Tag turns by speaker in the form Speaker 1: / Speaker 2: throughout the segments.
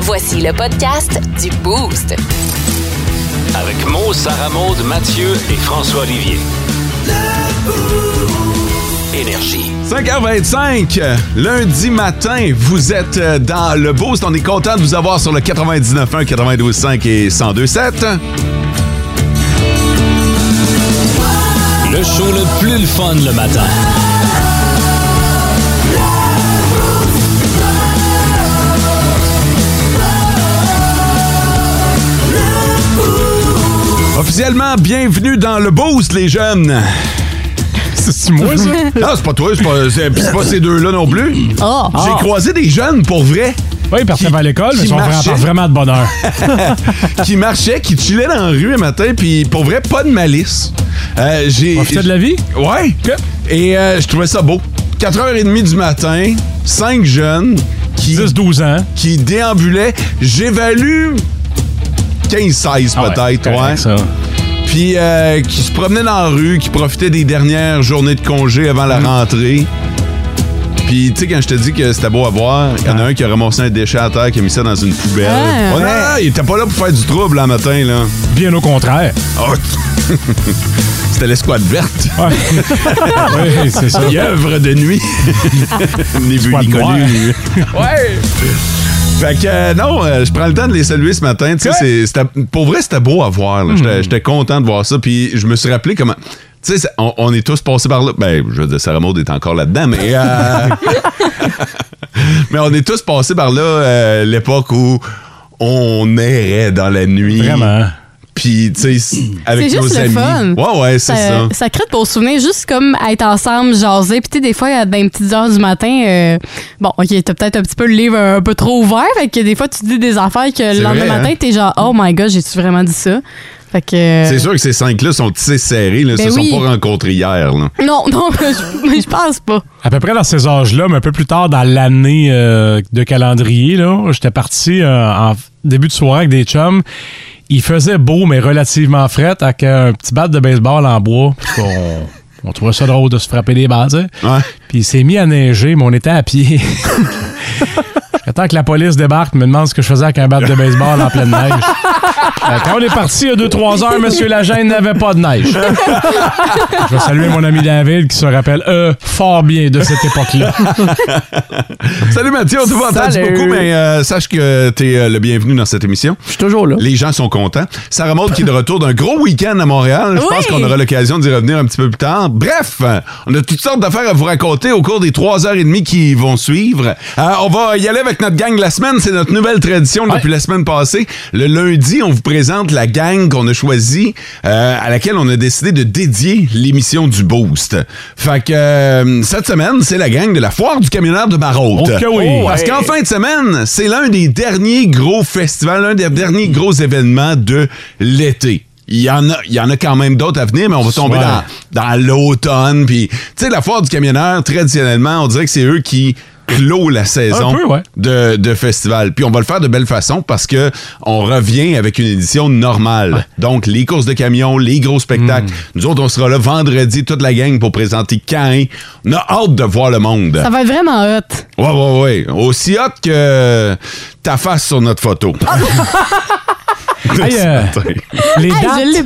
Speaker 1: Voici le podcast du Boost.
Speaker 2: Avec Mo, Sarah Maud, Mathieu et François Olivier. Énergie.
Speaker 3: 5h25, euh, lundi matin, vous êtes euh, dans le boost. On est content de vous avoir sur le 99.1, 92.5 et 102.7.
Speaker 2: Le show le plus le fun le matin.
Speaker 3: Officiellement, bienvenue dans le boost, les jeunes. C'est moi, ça? Non, c'est pas toi, c'est pas, c'est- pis c'est pas ces deux-là non plus.
Speaker 4: Oh.
Speaker 3: J'ai croisé des jeunes, pour vrai,
Speaker 5: Oui, ils partaient
Speaker 3: Qui-
Speaker 5: vers l'école, mais
Speaker 3: qui
Speaker 5: ils sont vraiment,
Speaker 3: marchaient.
Speaker 5: partent vraiment de bonheur.
Speaker 3: qui marchaient, qui chillaient dans la rue un matin, puis pour vrai, pas de malice. Euh, j'ai,
Speaker 5: Profitaient de la vie?
Speaker 3: Ouais.
Speaker 5: Ok.
Speaker 3: Et euh, je trouvais ça beau. 4h30 du matin, 5 jeunes qui,
Speaker 5: 10-12 ans.
Speaker 3: qui déambulaient. J'évalue 15-16
Speaker 5: Ah ouais,
Speaker 3: peut-être,
Speaker 5: correct,
Speaker 3: ouais.
Speaker 5: ça.
Speaker 3: Puis euh, qui se promenaient dans la rue, qui profitaient des dernières journées de congé avant
Speaker 5: Mm.
Speaker 3: la rentrée. Puis, tu sais, quand je te dis que c'était beau à voir, il y en a un qui a ramassé un déchet à terre, qui a mis ça dans une poubelle.
Speaker 4: Ah,
Speaker 3: Oh, non, non, il était pas là pour faire du trouble le matin, là.
Speaker 5: Bien au contraire.
Speaker 3: Oh. c'était l'escouade verte.
Speaker 5: Ouais. oui, c'est ça.
Speaker 3: Pieuvre de nuit. Ni vu
Speaker 5: Pas
Speaker 3: ni
Speaker 5: de noir.
Speaker 3: connu. ouais. Fait que euh, non, euh, je prends le temps de les saluer ce matin. Tu sais,
Speaker 5: Ouais. Hmm.
Speaker 3: c'est- c'était- pour vrai, c'était beau à voir. là. J'étais- J'étais content de voir ça. Puis je me suis rappelé comment. Tu sais, ça- on, on est tous passés par là. Ben, je veux dire, Sarah Maud est encore là-dedans, mais. euh, mais on est tous passés par là euh, l'époque où on errait dans la nuit.
Speaker 5: Vraiment. hein.
Speaker 3: Puis, tu sais, avec
Speaker 4: C'est
Speaker 3: nos
Speaker 4: juste le
Speaker 3: amis.
Speaker 4: fun.
Speaker 3: Ouais, ouais, c'est ça.
Speaker 4: ça euh, crée de beaux souvenirs, juste comme être ensemble, jaser. Puis, tu sais, des fois, dans les petites heures du matin, euh, bon, OK, t'as peut-être un petit peu le livre un peu trop ouvert. Fait que des fois, tu dis des affaires que
Speaker 3: C'est
Speaker 4: le lendemain
Speaker 3: vrai, hein?
Speaker 4: matin, t'es genre, oh my god, j'ai-tu vraiment dit ça? Fait que. euh,
Speaker 3: C'est sûr que ces cinq-là sont tissés serrés. Là,
Speaker 4: Ben
Speaker 3: se
Speaker 4: oui.
Speaker 3: sont pas rencontrés hier. Là.
Speaker 4: Non, non, je mais je pense pas.
Speaker 5: À peu près dans ces âges-là, mais un peu plus tard dans l'année euh, de calendrier, là, j'étais parti euh, en début de soirée avec des chums. Il faisait beau, mais relativement fret, avec un petit bat de baseball en bois. Puis qu'on- on trouvait ça drôle de se frapper des balles, tu sais.
Speaker 3: Ouais.
Speaker 5: Puis il s'est mis à neiger, mais on était à pied. J'attends que la police débarque, me demande ce que je faisais avec un bat de baseball en pleine neige. Euh, Quand on est parti il y a 2-3 heures, Monsieur Lagène n'avait pas de neige. Je vais saluer mon ami David qui se rappelle euh, fort bien de cette époque-là.
Speaker 3: Salut Mathieu, on t'a pas entendu
Speaker 6: Salut.
Speaker 3: beaucoup, mais euh, sache que t'es euh, le bienvenu dans cette émission.
Speaker 6: Je suis toujours là.
Speaker 3: Les gens sont contents. Sarah Maud qui est de retour d'un gros week-end à Montréal. Je pense
Speaker 4: Oui.
Speaker 3: qu'on aura l'occasion d'y revenir un petit peu plus tard. Bref, euh, on a toutes sortes d'affaires à vous raconter au cours des trois heures et demie qui vont suivre. Euh, on va y aller avec notre gang de la semaine. C'est notre nouvelle tradition depuis la semaine passée. Le lundi, on vous présente la gang qu'on a choisie, euh, à laquelle on a décidé de dédier l'émission du Boost. Fait que euh, cette semaine, c'est la gang de la foire du camionneur de Maraude.
Speaker 5: Oh que oui.
Speaker 3: Parce qu'en fin de semaine, c'est l'un des derniers gros festivals, l'un des derniers gros événements de l'été. Il y, en a, il y en a quand même d'autres à venir, mais on va tomber
Speaker 5: Ouais.
Speaker 3: dans, dans l'automne. Puis, tu sais, la foire du camionneur, traditionnellement, on dirait que c'est eux qui clôt la saison
Speaker 5: peu, ouais.
Speaker 3: de, de festival. Puis on va le faire de belle façon parce que on revient avec une édition normale. Donc, les courses de camions, les gros spectacles.
Speaker 5: Hmm.
Speaker 3: Nous autres, on sera là vendredi, toute la gang, pour présenter Cain. On a hâte de voir le monde.
Speaker 4: Ça va être vraiment hot.
Speaker 3: Ouais, ouais, ouais. Aussi hot que ta face sur notre photo. De
Speaker 5: Hey,
Speaker 3: ce
Speaker 5: euh,
Speaker 3: matin.
Speaker 5: Les
Speaker 4: Hey, je l'ai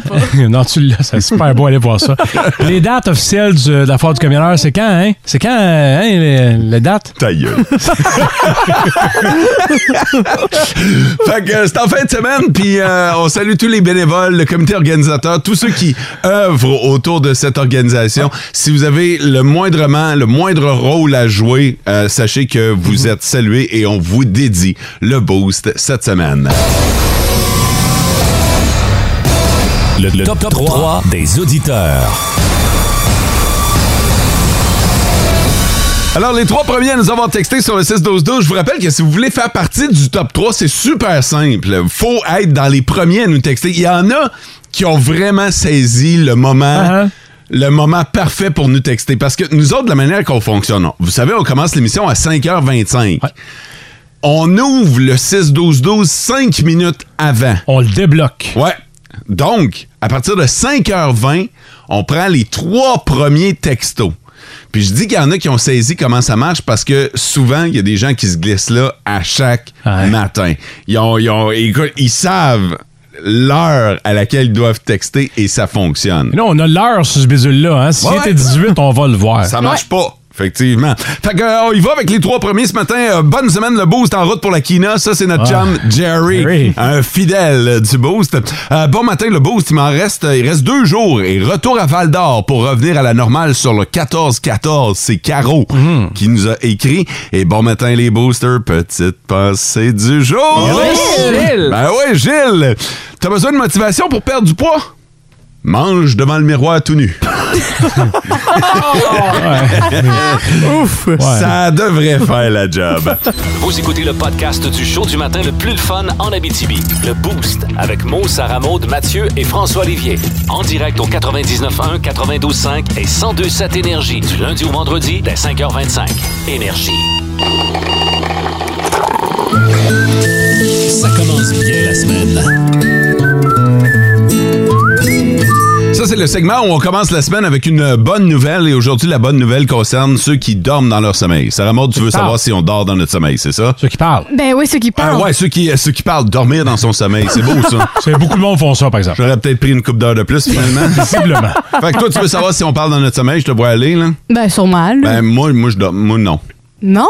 Speaker 5: non, tu l'as, c'est super beau, allez voir ça. Les dates officielles du- de la foire du camionneur, c'est quand, hein? C'est quand, euh, hein, les, les dates?
Speaker 3: Ta gueule. fait que euh, c'est en fin de semaine, puis euh, on salue tous les bénévoles, le comité organisateur, tous ceux qui œuvrent autour de cette organisation. Si vous avez le moindrement, le moindre rôle à jouer, euh, sachez que vous êtes salués et on vous dédie le boost cette semaine.
Speaker 2: Le, top, 3 des auditeurs.
Speaker 3: Alors, les trois premiers à nous avoir texté sur le 6-12-12, je vous rappelle que si vous voulez faire partie du top 3, c'est super simple. Faut être dans les premiers à nous texter. Il y en a qui ont vraiment saisi le moment.
Speaker 5: Uh-huh.
Speaker 3: Le moment parfait pour nous texter. Parce que nous autres, de la manière qu'on fonctionne, on- vous savez, on commence l'émission à 5h25.
Speaker 5: Ouais.
Speaker 3: On ouvre le 6-12-12 5 minutes avant.
Speaker 5: On le débloque.
Speaker 3: Ouais. Donc, à partir de 5h20, on prend les trois premiers textos. Puis je dis qu'il y en a qui ont saisi comment ça marche parce que souvent, il y a des gens qui se glissent là à chaque
Speaker 5: Ouais.
Speaker 3: matin. Ils, ont, ils, ont- écoute, ils savent l'heure à laquelle ils doivent texter et ça fonctionne.
Speaker 5: Là, on a l'heure sur ce bidule-là. Hein? Si
Speaker 3: Ouais,
Speaker 5: c'était
Speaker 3: ouais.
Speaker 5: 18, on va le voir.
Speaker 3: Ça marche pas. Effectivement. Fait que, euh, on y va avec les trois premiers ce matin. Euh, bonne semaine, le Boost en route pour la Kina. Ça, c'est notre
Speaker 5: Ah.
Speaker 3: chum Jerry,
Speaker 5: Jerry.
Speaker 3: un fidèle euh, du Boost. Euh, bon matin, le Boost, il m'en reste, euh, il reste deux jours et retour à Val d'Or pour revenir à la normale sur le 14-14. C'est Caro qui nous a écrit. Et bon matin, les Boosters, petite pensée du jour.
Speaker 6: Gilles!
Speaker 3: Ben ouais, Gilles! T'as besoin de motivation pour perdre du poids? Mange devant le miroir tout nu.
Speaker 5: Ouf!
Speaker 3: Ça devrait faire la job.
Speaker 2: Vous écoutez le podcast du show du matin le plus le fun en Abitibi. Le Boost avec Mo, Sarah Maud, Mathieu et François Olivier. En direct au 99.1, 92.5 et 102.7 Énergie du lundi au vendredi dès 5h25. Énergie. Ça commence bien la semaine.
Speaker 3: Ça, c'est le segment où on commence la semaine avec une bonne nouvelle. Et aujourd'hui, la bonne nouvelle concerne ceux qui dorment dans leur sommeil. Sarah Maud, tu veux
Speaker 5: parles.
Speaker 3: savoir si on dort dans notre sommeil, c'est ça?
Speaker 5: Ceux qui parlent.
Speaker 4: Ben oui, ceux qui
Speaker 3: Ah
Speaker 4: parlent.
Speaker 3: ouais, ceux qui, ceux qui parlent dormir dans son sommeil. C'est beau, ça.
Speaker 5: C'est beaucoup de monde font ça, par exemple.
Speaker 3: J'aurais peut-être pris une coupe d'heure de plus, finalement.
Speaker 5: Possiblement.
Speaker 3: fait que toi, tu veux savoir si on parle dans notre sommeil, je te vois aller, là?
Speaker 4: Ben sûrement. là.
Speaker 3: Ben, moi, moi, je dors. Moi, non.
Speaker 4: non?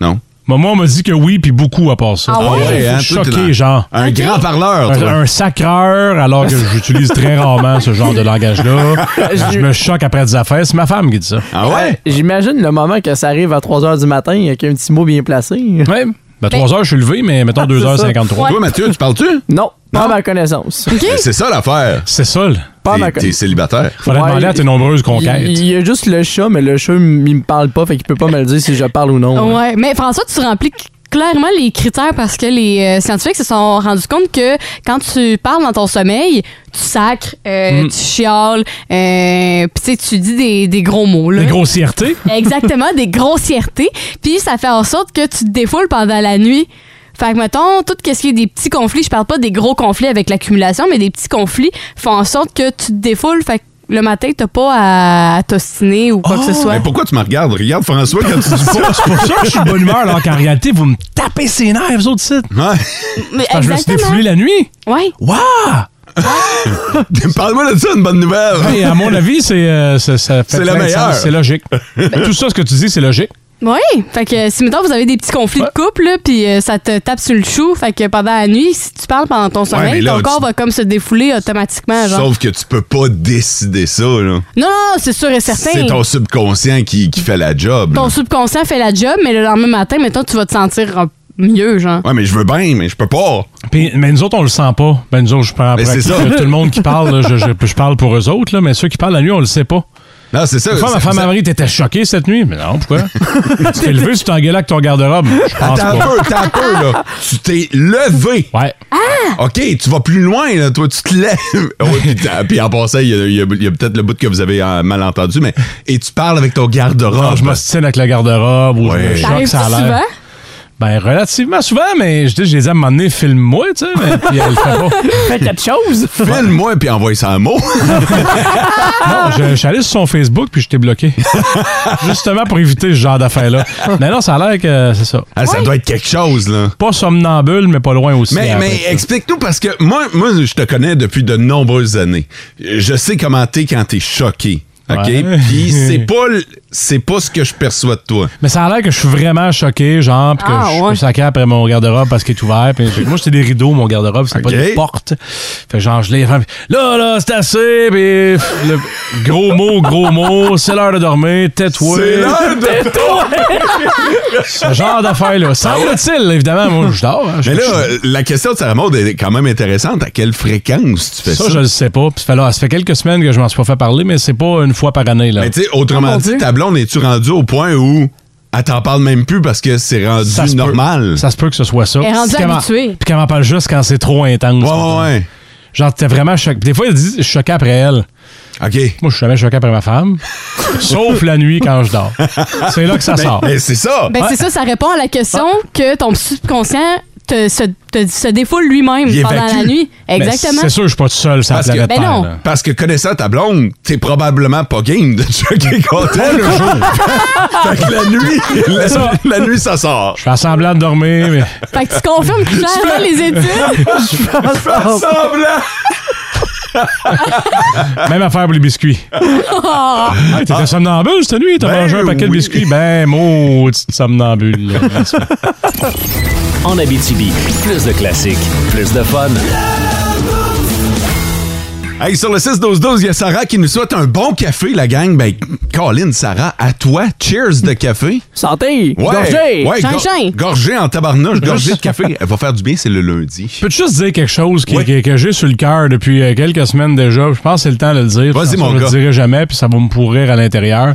Speaker 3: Non.
Speaker 5: Mais moi, on m'a dit que oui, puis beaucoup à part ça.
Speaker 4: Ah ouais?
Speaker 3: hein,
Speaker 5: Je suis
Speaker 3: toi, t'es
Speaker 5: choqué,
Speaker 3: dans-
Speaker 5: genre.
Speaker 3: Un grand parleur, toi.
Speaker 5: Un, un sacreur, alors que j'utilise très rarement ce genre de langage-là. Je me choque après des affaires. C'est ma femme qui dit ça.
Speaker 3: Ah ouais?
Speaker 6: J'imagine le moment que ça arrive à 3 h du matin avec un petit mot bien placé.
Speaker 5: Ouais. Ben, 3 heures, je suis levé, mais
Speaker 6: ah,
Speaker 5: mettons 2h53.
Speaker 3: Toi, Mathieu, tu parles-tu?
Speaker 6: Non, pas à ma connaissance.
Speaker 3: Ben, C'est ça l'affaire.
Speaker 5: C'est ça, là.
Speaker 6: Pas à ma
Speaker 3: T'es- T'es
Speaker 6: connaissance.
Speaker 3: célibataire.
Speaker 5: Faudrait
Speaker 6: Ouais,
Speaker 5: demander à tes nombreuses conquêtes.
Speaker 6: Il il y a juste le chat, mais le chat, il me parle pas, fait qu'il peut pas me le dire si je parle ou non.
Speaker 4: Ouais. Mais François, tu remplis cl- clairement les critères parce que les euh, scientifiques se sont rendus compte que quand tu parles dans ton sommeil, tu sacres,
Speaker 5: Mm.
Speaker 4: euh, tu chiales, euh, puis tu sais, tu dis des, des gros mots. Là.
Speaker 5: Les grossièretés.
Speaker 4: Exactement, des grossièretés. Puis ça fait en sorte que tu te défoules pendant la nuit. Fait que, mettons, tout ce qui est des petits conflits, je parle pas des gros conflits avec l'accumulation, mais des petits conflits font en sorte que tu te défoules. Fait que le matin, t'as pas à, à t'ostiner ou quoi que
Speaker 5: Oh!
Speaker 4: ce soit.
Speaker 3: Mais pourquoi tu me regardes? Regarde François quand tu dis
Speaker 5: C'est pour c'est pour ça que je suis de bonne humeur, alors qu'en réalité, vous me tapez ses nerfs, vous autres sites.
Speaker 3: Ouais.
Speaker 4: Mais
Speaker 5: Parce que je me suis défoulé la nuit.
Speaker 4: Ouais.
Speaker 5: Waouh!
Speaker 3: Parle-moi de ça, une bonne nouvelle.
Speaker 5: Et à mon avis, c'est euh, ça- ça fait
Speaker 3: C'est la
Speaker 5: plein de
Speaker 3: meilleure. Ben.
Speaker 5: sens, C'est logique. Tout ça, ce que tu dis, c'est logique.
Speaker 4: Oui, fait que euh, si mettons vous avez des petits conflits de couple là, puis euh, ça te tape sur le chou, fait que pendant la nuit, si tu parles pendant ton
Speaker 3: mais
Speaker 4: sommeil,
Speaker 3: là,
Speaker 4: ton corps
Speaker 3: tu-
Speaker 4: va comme se défouler automatiquement genre.
Speaker 3: Sauf que tu peux pas décider ça. là.
Speaker 4: Non, non, non, c'est sûr et certain.
Speaker 3: C'est ton subconscient qui, qui fait la job.
Speaker 4: Ton
Speaker 3: là.
Speaker 4: subconscient fait la job, mais le lendemain matin, mettons tu vas te sentir euh, mieux genre.
Speaker 3: Ouais, mais je veux bien, mais je peux pas.
Speaker 5: Puis, mais nous autres, on le sent pas. Ben, nous autres, je prends
Speaker 3: Mais
Speaker 5: pour
Speaker 3: c'est
Speaker 5: acquis
Speaker 3: ça.
Speaker 5: que tout le monde qui parle, là, je, je- je parle pour eux autres, là, mais ceux qui parlent la nuit, on le sait pas.
Speaker 3: Non, Euh, c'est ça.
Speaker 5: Une fois, ma
Speaker 3: ça-
Speaker 5: femme
Speaker 3: ça-
Speaker 5: Marie, t'étais choquée cette nuit. Mais non, pourquoi? tu t'es levé, tu t'engueules avec ton garde-robe. Je pense
Speaker 3: Attends un
Speaker 5: pas.
Speaker 3: peu, attends un peu, là. Tu t'es levé.
Speaker 5: Ouais.
Speaker 3: OK, tu vas plus loin, là. Toi, tu te lèves. Ouais, puis, t'as- puis en passant, il y a, il y a- il y a peut-être le bout que vous avez euh, mal entendu, mais. Et tu parles avec ton
Speaker 5: Alors,
Speaker 3: garde-robe.
Speaker 5: Ah, je m'ostine avec le garde-robe ou je
Speaker 3: Ah, ben, Ouais.
Speaker 5: me choque,
Speaker 4: T'arrives-tu
Speaker 5: ça a l'air.
Speaker 4: souvent?
Speaker 5: Ben, relativement souvent, mais je dis, je les ai amenés, filme-moi, tu sais, mais puis elle le fait pas.
Speaker 6: Fait quelque chose!
Speaker 3: Filme-moi, puis envoie ça un mot.
Speaker 5: Non, je, je suis allé sur son Facebook puis je t'ai bloqué. Justement pour éviter ce genre d'affaires-là. Mais non, ça a l'air que c'est ça.
Speaker 3: Ah, ça doit être quelque chose, là.
Speaker 5: Pas somnambule, mais pas loin aussi. hein,
Speaker 3: Mais,
Speaker 5: après
Speaker 3: mais
Speaker 5: ça.
Speaker 3: explique-nous, parce que moi, moi, je te connais depuis de nombreuses années. Je sais comment t'es quand t'es choqué. OK?
Speaker 5: Ouais.
Speaker 3: Puis c'est pas, l- c'est pas ce que je perçois de toi.
Speaker 5: Mais ça a l'air que je suis vraiment choqué, genre, puis que
Speaker 4: Ah,
Speaker 5: je suis
Speaker 4: ouais.
Speaker 5: sacré après mon garde-robe parce qu'il est ouvert. Puis j'ai- moi, j'étais des rideaux, mon garde-robe, c'était
Speaker 3: Ok.
Speaker 5: pas des portes. Fait que genre, je l'ai rempli. Là, là, c'est assez, puis le gros mot, gros mot, c'est l'heure de dormir, tais-toi.
Speaker 3: C'est l'heure de-
Speaker 5: Ce genre d'affaire là Semble-t-il, évidemment, moi, je dors. hein, je-
Speaker 3: Mais là,
Speaker 5: je-
Speaker 3: euh, la question de Sarah Maud est quand même intéressante. À quelle fréquence tu fais ça?
Speaker 5: Ça, je le sais pas. Puis ça fait, là, ça fait quelques semaines que je m'en suis pas fait parler, mais c'est pas une fois par année. Là.
Speaker 3: Mais tu sais, autrement
Speaker 6: Oh, mon
Speaker 3: dit,
Speaker 6: Dieu.
Speaker 3: ta blonde, es-tu rendu au point où elle t'en parle même plus parce que c'est rendu
Speaker 5: Ça se peut.
Speaker 3: normal?
Speaker 5: Ça se peut que ce soit ça.
Speaker 4: Elle est rendue
Speaker 5: Puis qu'elle m'en-
Speaker 4: habituée.
Speaker 5: Puis qu'elle m'en parle juste quand c'est trop intense.
Speaker 3: Ouais, ouais, ouais.
Speaker 5: Genre, t'es vraiment choqué. Des fois, elle dit, je suis choqué après elle.
Speaker 3: OK.
Speaker 5: Moi, je suis jamais choqué après ma femme. sauf la nuit quand je dors. C'est là que ça
Speaker 3: Mais,
Speaker 5: sort. Ben,
Speaker 3: mais c'est ça.
Speaker 4: Ben c'est ça, ça répond à la question que ton subconscient te, se, te- se défoule lui-même
Speaker 3: Il
Speaker 4: pendant
Speaker 3: évacue.
Speaker 4: la nuit.
Speaker 5: Mais
Speaker 4: Exactement.
Speaker 5: Ben, C'est sûr, je suis pas tout seul sur la
Speaker 3: Parce que-
Speaker 5: planète
Speaker 4: Ben
Speaker 5: Terre,
Speaker 4: non.
Speaker 5: là.
Speaker 3: Parce que connaissant ta blonde, t'es probablement pas game de choquer contre elle. le jour. fait que la nuit, la, la nuit, ça sort.
Speaker 5: Je fais semblant de dormir, mais
Speaker 4: Fait que tu confirmes clairement les études.
Speaker 3: Semblant!
Speaker 5: même affaire pour les biscuits. Ah, t'étais somnambule cette nuit, t'as
Speaker 3: Ben
Speaker 5: mangé un paquet de
Speaker 3: oui.
Speaker 5: biscuits. Ben, maudite somnambule. là.
Speaker 2: En Abitibi, plus de classiques, plus de fun.
Speaker 3: Hey, sur le 6-12-12, il y a Sarah qui nous souhaite un bon café, la gang. Ben, Colin, Sarah, à toi, cheers de café.
Speaker 6: Santé!
Speaker 3: Gorgé!
Speaker 6: Gorgée!
Speaker 3: Ouais,
Speaker 4: Chin-chin.
Speaker 3: gor- gorgé en tabarnouche, gorgé de café. Elle va faire du bien, c'est le lundi.
Speaker 5: Peux-tu juste dire quelque chose qui-
Speaker 3: Oui.
Speaker 5: qui- que j'ai sur le cœur depuis euh, quelques semaines déjà? Je pense que c'est le temps de le dire.
Speaker 3: Vas-y,
Speaker 5: Je pense que
Speaker 3: mon
Speaker 5: Je
Speaker 3: gars.
Speaker 5: le dirai jamais, puis ça va me pourrir à l'intérieur.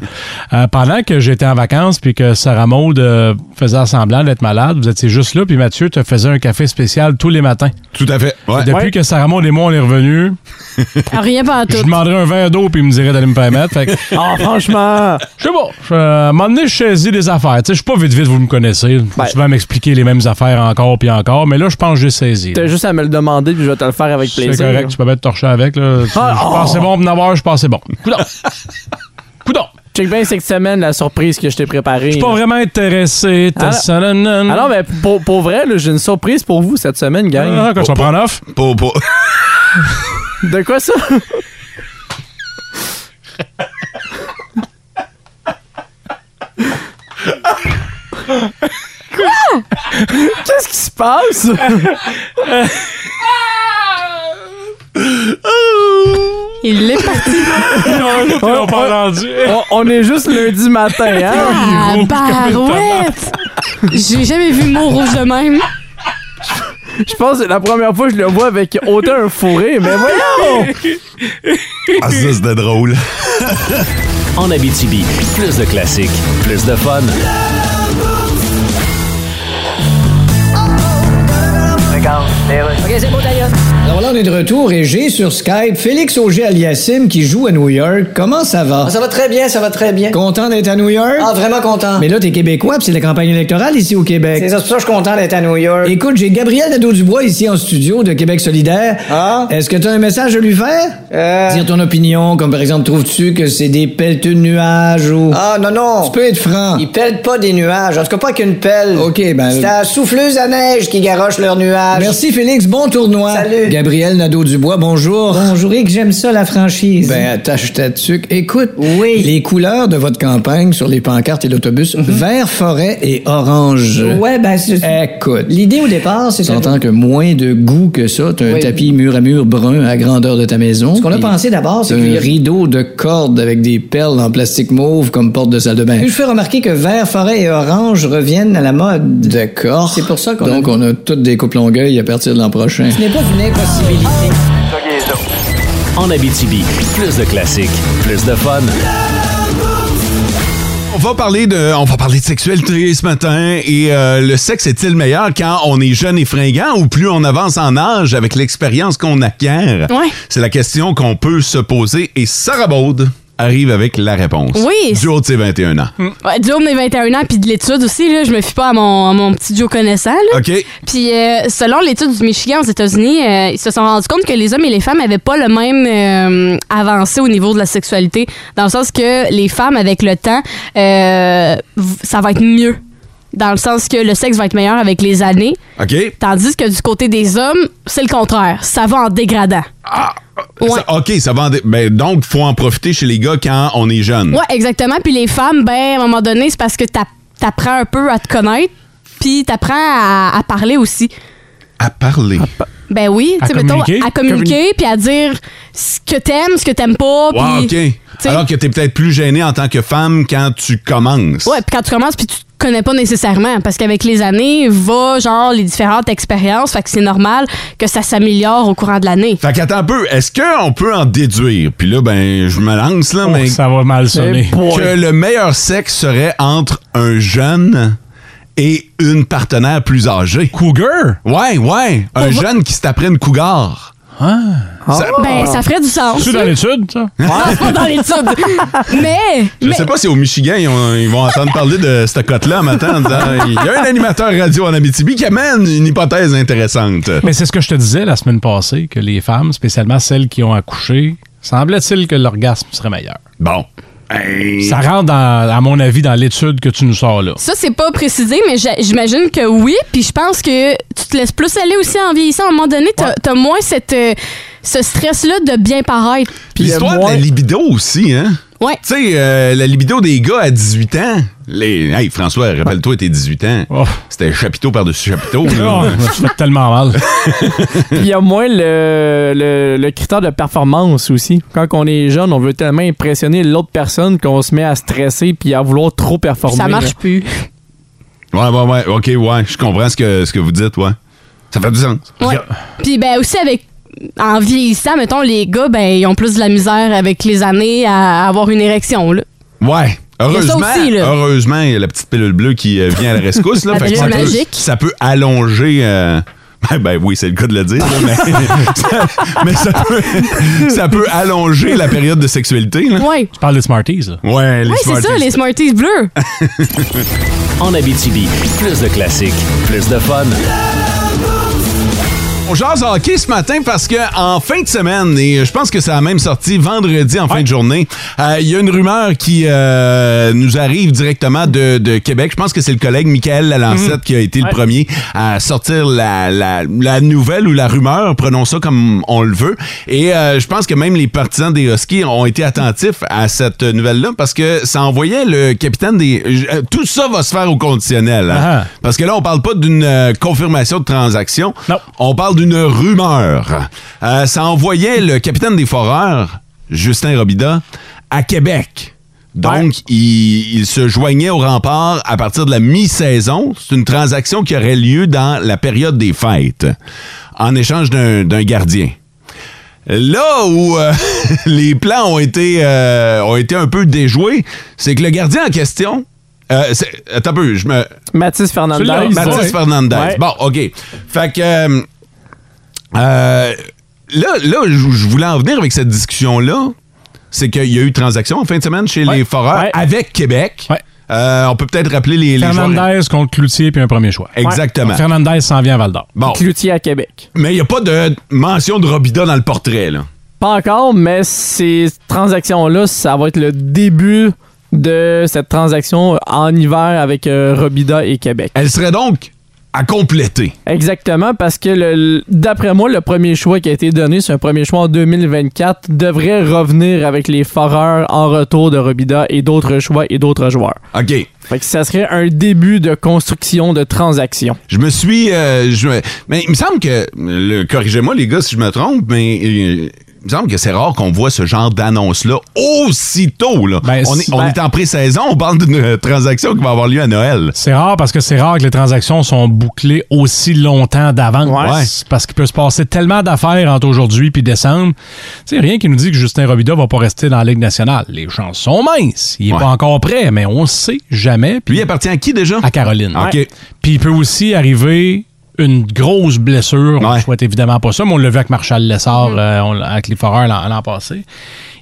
Speaker 5: Euh, pendant que j'étais en vacances, puis que Sarah Maud euh, faisait semblant d'être malade, vous étiez juste là, puis Mathieu te faisait un café spécial tous les matins.
Speaker 3: Tout à fait. Ouais.
Speaker 5: Depuis que Sarah Maud et moi, on est revenus,
Speaker 4: Ah, Rien pas
Speaker 5: je
Speaker 4: tout.
Speaker 5: demanderais un verre d'eau, puis il me dirait d'aller me faire mettre. Fait que,
Speaker 6: Ah, franchement!
Speaker 5: je sais pas. je- euh, À un moment donné, je saisis des affaires. Tu sais, je suis pas vite vite, vous me connaissez. Faut
Speaker 6: Ben.
Speaker 5: souvent m'expliquer les mêmes affaires encore puis encore, mais là, je pense que j'ai saisi.
Speaker 6: T'as juste à me le demander, puis je vais te le faire avec
Speaker 5: C'est
Speaker 6: plaisir.
Speaker 5: correct, tu peux mettre torché avec. Là. Tu-
Speaker 6: Ah,
Speaker 5: je
Speaker 6: oh!
Speaker 5: pensais bon pour n'avoir, je pensais bon. Coudon. Coudon.
Speaker 6: Check bien cette semaine la surprise que je t'ai préparée.
Speaker 5: Je suis pas vraiment intéressé.
Speaker 6: Alors-
Speaker 5: Alors,
Speaker 6: Alors, hein. mais pour, pour vrai, là, j'ai une surprise pour vous cette semaine, gang.
Speaker 5: quand tu vas prendre off,
Speaker 3: Pour, pour-
Speaker 6: De quoi ça? Qu'est-ce qui se passe?
Speaker 4: Il est parti.
Speaker 5: ils l'ont pas rendu.
Speaker 6: On, on est juste lundi matin, hein?
Speaker 4: Ah,
Speaker 5: rouge
Speaker 4: barouette! J'ai jamais vu mot rouge de même.
Speaker 6: Je pense que c'est la première fois que je le vois avec autant un fourré, mais voyons!
Speaker 3: Ah, ça, c'était drôle.
Speaker 2: En Abitibi, plus de classiques, plus de fun.
Speaker 7: Alors là, Ah, on est de retour et j'ai sur Skype Félix Auger Aliassim qui joue à New York. Comment ça va?
Speaker 8: Ça va très bien, ça va très bien.
Speaker 7: Content d'être à New York?
Speaker 8: Ah, vraiment content.
Speaker 7: Mais là, t'es québécois, puis c'est la campagne électorale ici au Québec.
Speaker 8: C'est ça, c'est pour ça que je suis content d'être à New York.
Speaker 7: Écoute, j'ai Gabriel Nadeau-Dubois ici en studio de Québec solidaire.
Speaker 8: Ah?
Speaker 7: Est-ce que t'as un message à lui faire?
Speaker 8: Euh.
Speaker 7: Dire ton opinion, comme par exemple, trouves-tu que c'est des pelleteux de nuages ou...
Speaker 8: Ah, non, non.
Speaker 7: Tu peux être franc.
Speaker 8: Ils pèlent pas des nuages, en tout cas pas qu'une pelle.
Speaker 7: Ok, ben-
Speaker 8: C'est la souffleuse à neige qui garoche leurs nuages.
Speaker 7: Merci Félix, bon tournoi.
Speaker 8: Salut.
Speaker 7: Gabriel Nadeau-Dubois, bonjour.
Speaker 8: Bonjour, que j'aime ça, la franchise.
Speaker 7: Ben, attache ta tuque. Écoute,
Speaker 8: Oui. Mhm.
Speaker 7: les couleurs de votre campagne sur les pancartes et l'autobus, vert, forêt et orange.
Speaker 8: ouais, ben, c'est...
Speaker 7: Écoute.
Speaker 8: L'idée au départ, c'est...
Speaker 7: Tu entends que moins de goût que ça, t'as un
Speaker 8: Oui.
Speaker 7: tapis mur à mur brun à la grandeur de ta maison.
Speaker 8: Ce qu'on a
Speaker 7: Puis
Speaker 8: pensé d'abord, c'est
Speaker 7: t'as un
Speaker 8: qu'il-
Speaker 7: rideau de cordes avec des perles en plastique mauve comme porte de salle de bain.
Speaker 8: Je fais remarquer que vert, forêt et orange reviennent à la mode.
Speaker 7: D'accord.
Speaker 8: C'est pour ça qu'on a-
Speaker 7: Donc, on a toutes des coupes longueuil à partir de l'an prochain.
Speaker 8: Ce n'est pas une impossibilité.
Speaker 2: En Abitibi, plus de classiques, plus de fun.
Speaker 3: On va parler de, on va parler de sexualité ce matin et euh, le sexe est-il meilleur quand on est jeune et fringant ou plus on avance en âge avec l'expérience qu'on acquiert?
Speaker 4: Ouais.
Speaker 3: C'est la question qu'on peut se poser et Sarah Baud arrive avec la réponse.
Speaker 4: Oui. Mm.
Speaker 3: Du haut de ses 21 ans.
Speaker 4: Ouais, du haut de mes 21 ans, puis de l'étude aussi, là, je me fie pas à mon, à mon petit Joe connaissant. Là.
Speaker 3: OK.
Speaker 4: Puis euh, selon l'étude du Michigan aux États-Unis, euh, ils se sont rendus compte que les hommes et les femmes n'avaient pas le même euh, avancé au niveau de la sexualité, dans le sens que les femmes, avec le temps, euh, v- ça va être mieux. Dans le sens que le sexe va être meilleur avec les années,
Speaker 3: OK.
Speaker 4: tandis que du côté des hommes, c'est le contraire. Ça va en dégradant. Ouais.
Speaker 3: Ça- OK, ça va en dé- ben, donc, faut en profiter chez les gars quand on est jeune.
Speaker 4: Ouais, exactement. Puis les femmes, ben, à un moment donné, c'est parce que t'app- t'apprends un peu à te connaître, puis t'apprends à, à parler aussi.
Speaker 3: À parler.
Speaker 4: Ben oui,
Speaker 5: À
Speaker 4: tu sais, mettons,
Speaker 5: communiquer.
Speaker 4: à communiquer, puis à dire ce que t'aimes, ce que t'aimes pas, puis...
Speaker 3: Wow, OK.
Speaker 4: sais-
Speaker 3: Alors que t'es peut-être plus gêné en tant que femme quand tu commences.
Speaker 4: Ouais, puis quand tu commences, puis tu te connais pas nécessairement, parce qu'avec les années, va, genre, les différentes expériences, fait que c'est normal que ça s'améliore au courant de l'année.
Speaker 3: Fait qu'attends un peu, est-ce qu'on peut en déduire? Puis là, ben, je me lance, là,
Speaker 5: Oh,
Speaker 3: mais
Speaker 5: ça va mal sonner.
Speaker 3: que le meilleur sexe serait entre un jeune et une partenaire plus âgée.
Speaker 5: Cougar? Oh,
Speaker 3: Ouais, ouais. Un jeune qui se taperait une cougar.
Speaker 5: Ah.
Speaker 3: Ça-
Speaker 4: Ben, ça ferait du sens.
Speaker 5: C'est dans l'étude, ça?
Speaker 4: Non, c'est pas dans l'étude. mais,
Speaker 3: Je
Speaker 4: mais-
Speaker 3: sais pas si au Michigan, ils, ont- ils vont entendre parler de cette cote-là en matin en disant il y a un animateur radio en Abitibi qui amène une hypothèse intéressante.
Speaker 5: Mais c'est ce que je te disais la semaine passée, que les femmes, spécialement celles qui ont accouché, semblait-il que l'orgasme serait meilleur.
Speaker 3: Bon. Hey.
Speaker 5: Ça rentre, dans- à mon avis, dans l'étude que tu nous sors là.
Speaker 4: ça, c'est pas précisé, mais j'a- j'imagine que oui. Puis je pense que tu te laisses plus aller aussi en vieillissant. À un moment donné, t'as t'as moins cette, euh, ce stress-là de bien paraître.
Speaker 3: Puis L'histoire
Speaker 6: le moins-
Speaker 3: de la libido aussi, hein?
Speaker 4: Ouais.
Speaker 3: Tu sais, euh, la libido des gars à 18 ans. Les... Hey, François, rappelle-toi, t'es 18 ans.
Speaker 5: Oh.
Speaker 3: C'était chapiteau par-dessus chapiteau. là.
Speaker 5: Oh, je me suis fait tellement mal.
Speaker 6: Puis il y a moins le, le, le critère de performance aussi. Quand on est jeune, on veut tellement impressionner l'autre personne qu'on se met à stresser puis à vouloir trop performer.
Speaker 4: Ça marche plus.
Speaker 3: Ouais, ouais, ouais. OK, ouais. Je comprends ce que, ce que vous dites, ouais. Ça fait du sens.
Speaker 4: Ouais. Puis ben aussi avec en vieillissant, mettons les gars ben ils ont plus de la misère avec les années à avoir une érection là. y a
Speaker 3: Ouais.
Speaker 4: ça
Speaker 3: Heureusement,
Speaker 4: aussi, là.
Speaker 3: heureusement, il y a la petite pilule bleue qui euh, vient à la rescousse. Là,
Speaker 4: La
Speaker 3: que ça,
Speaker 4: pilule
Speaker 3: peut,
Speaker 4: magique.
Speaker 3: ça peut allonger. euh, ben, ben oui, c'est le cas de le dire, là, mais, ça, mais ça peut, ça peut allonger la période de sexualité. là.
Speaker 4: Ouais.
Speaker 5: Je parle des Smarties, là.
Speaker 3: Ouais, les
Speaker 4: Ouais, c'est ça,
Speaker 3: Smarties.
Speaker 4: les Smarties bleus.
Speaker 2: En Abitibi, plus de classiques, plus de fun.
Speaker 3: On jase hockey ce matin parce que en fin de semaine, et je pense que ça a même sorti vendredi en fin de journée, euh, il y a une rumeur qui euh, nous arrive directement de, de Québec. Je pense que c'est le collègue Michael Lalancette qui a été le premier à sortir la, la- la nouvelle ou la rumeur, prenons ça comme on le veut. Et euh, je pense que même les partisans des Huskies ont été attentifs à cette nouvelle-là parce que ça envoyait le capitaine des... je- euh, Tout ça va se faire au conditionnel. hein.
Speaker 5: Ah.
Speaker 3: Parce que là, on parle pas d'une euh, confirmation de transaction.
Speaker 5: Non.
Speaker 3: On parle d'une rumeur. Euh, ça envoyait le capitaine des foreurs, Justin Robida, à Québec. Donc, il, il se joignait au rempart à partir de la mi-saison. C'est une transaction qui aurait lieu dans la période des fêtes, en échange d'un d'un gardien. Là où euh, les plans ont été, euh, ont été un peu déjoués, c'est que le gardien en question... Euh, c'est- attends un peu, je me...
Speaker 6: Mathis Fernandez.
Speaker 5: Celui-là, il
Speaker 3: Mathis
Speaker 5: Ouais.
Speaker 3: Fernandez.
Speaker 6: Ouais.
Speaker 3: Bon, OK. Fait que. euh, euh, là, là je je voulais en venir avec cette discussion-là. C'est qu'il y a eu transaction en fin de semaine chez
Speaker 5: Ouais.
Speaker 3: les Foreurs
Speaker 6: Ouais.
Speaker 3: avec Québec.
Speaker 5: Ouais.
Speaker 3: Euh, on peut peut-être rappeler les, les joueurs.
Speaker 5: Fernandez contre Cloutier, puis un premier choix.
Speaker 3: Exactement.
Speaker 5: Donc, Fernandez s'en vient à Val d'Or.
Speaker 3: Bon.
Speaker 6: Cloutier à Québec.
Speaker 3: Mais il n'y a pas de mention de Robida dans le portrait, là.
Speaker 6: Pas encore, mais ces transactions-là, ça va être le début de cette transaction en hiver avec euh, Robida et Québec.
Speaker 3: Elle serait donc à compléter.
Speaker 6: Exactement, parce que le- le- d'après moi, le premier choix qui a été donné, c'est un premier choix en 2024, devrait revenir avec les foreurs en retour de Robida et d'autres choix et d'autres joueurs.
Speaker 3: OK.
Speaker 6: Fait que ça serait un début de construction de transaction.
Speaker 3: Je me suis. euh, je- mais il me semble que. le- Corrigez-moi, les gars, si je me trompe, mais. euh, il me semble que c'est rare qu'on voit ce genre d'annonce-là aussitôt. Là.
Speaker 5: Ben,
Speaker 3: on est, on
Speaker 5: ben-
Speaker 3: est en pré-saison, on parle d'une euh, transaction qui va avoir lieu à Noël.
Speaker 5: C'est rare parce que c'est rare que les transactions sont bouclées aussi longtemps d'avance. Parce qu'il peut se passer tellement d'affaires entre aujourd'hui puis décembre. Tu sais, rien qui nous dit que Justin Robida va pas rester dans la Ligue nationale. Les chances sont minces. Il est
Speaker 3: Ouais.
Speaker 5: pas encore prêt, mais on sait jamais. Puis
Speaker 3: Lui il appartient à qui déjà?
Speaker 5: à Caroline.
Speaker 3: OK. Ouais.
Speaker 5: Puis il peut aussi arriver une grosse blessure. On
Speaker 3: Ouais.
Speaker 5: ne souhaite évidemment pas ça, mais on l'a vu avec Marshall Lessard, euh, on l'a- avec les Foreurs l'an l'an passé.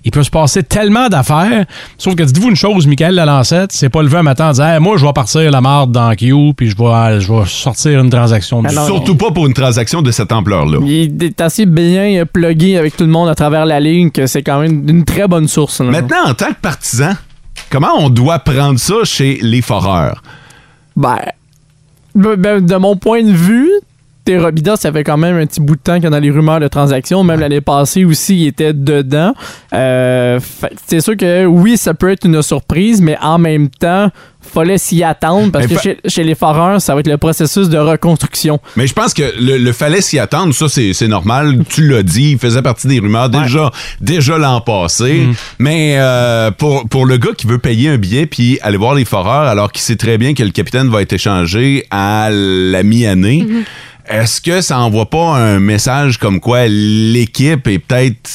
Speaker 5: Il peut se passer tellement d'affaires. Sauf que dites-vous une chose, Michael Lalancette, c'est pas levé un matin en disant Hey, Moi, je vais partir la marde dans Q, puis je vais, je vais sortir une transaction de
Speaker 6: Alors,
Speaker 3: Surtout pas pour une transaction de cette ampleur-là.
Speaker 6: Il est assez bien euh, plugué avec tout le monde à travers la ligne, que c'est quand même une très bonne source. là.
Speaker 3: Maintenant, en tant que partisan, comment on doit prendre ça chez les foreurs?
Speaker 6: Ben, ben, ben, de mon point de vue, t'es Robida, ça fait quand même un petit bout de temps qu'il y en a les rumeurs de transactions. Même l'année passée aussi, il était dedans. Euh, fait- c'est sûr que oui, ça peut être une surprise, mais en même temps, fallait s'y attendre parce
Speaker 3: Mais
Speaker 6: que
Speaker 3: fa-
Speaker 6: chez, chez les foreurs, ça va être le processus de reconstruction.
Speaker 3: Mais je pense que le, le fallait s'y attendre, ça c'est c'est normal, tu l'as dit, il faisait partie des rumeurs déjà déjà l'an passé.
Speaker 5: Mm.
Speaker 3: Mais euh, pour, pour le gars qui veut payer un billet puis aller voir les foreurs alors qu'il sait très bien que le capitaine va être échangé à la mi-année, est-ce que ça envoie pas un message comme quoi l'équipe est peut-être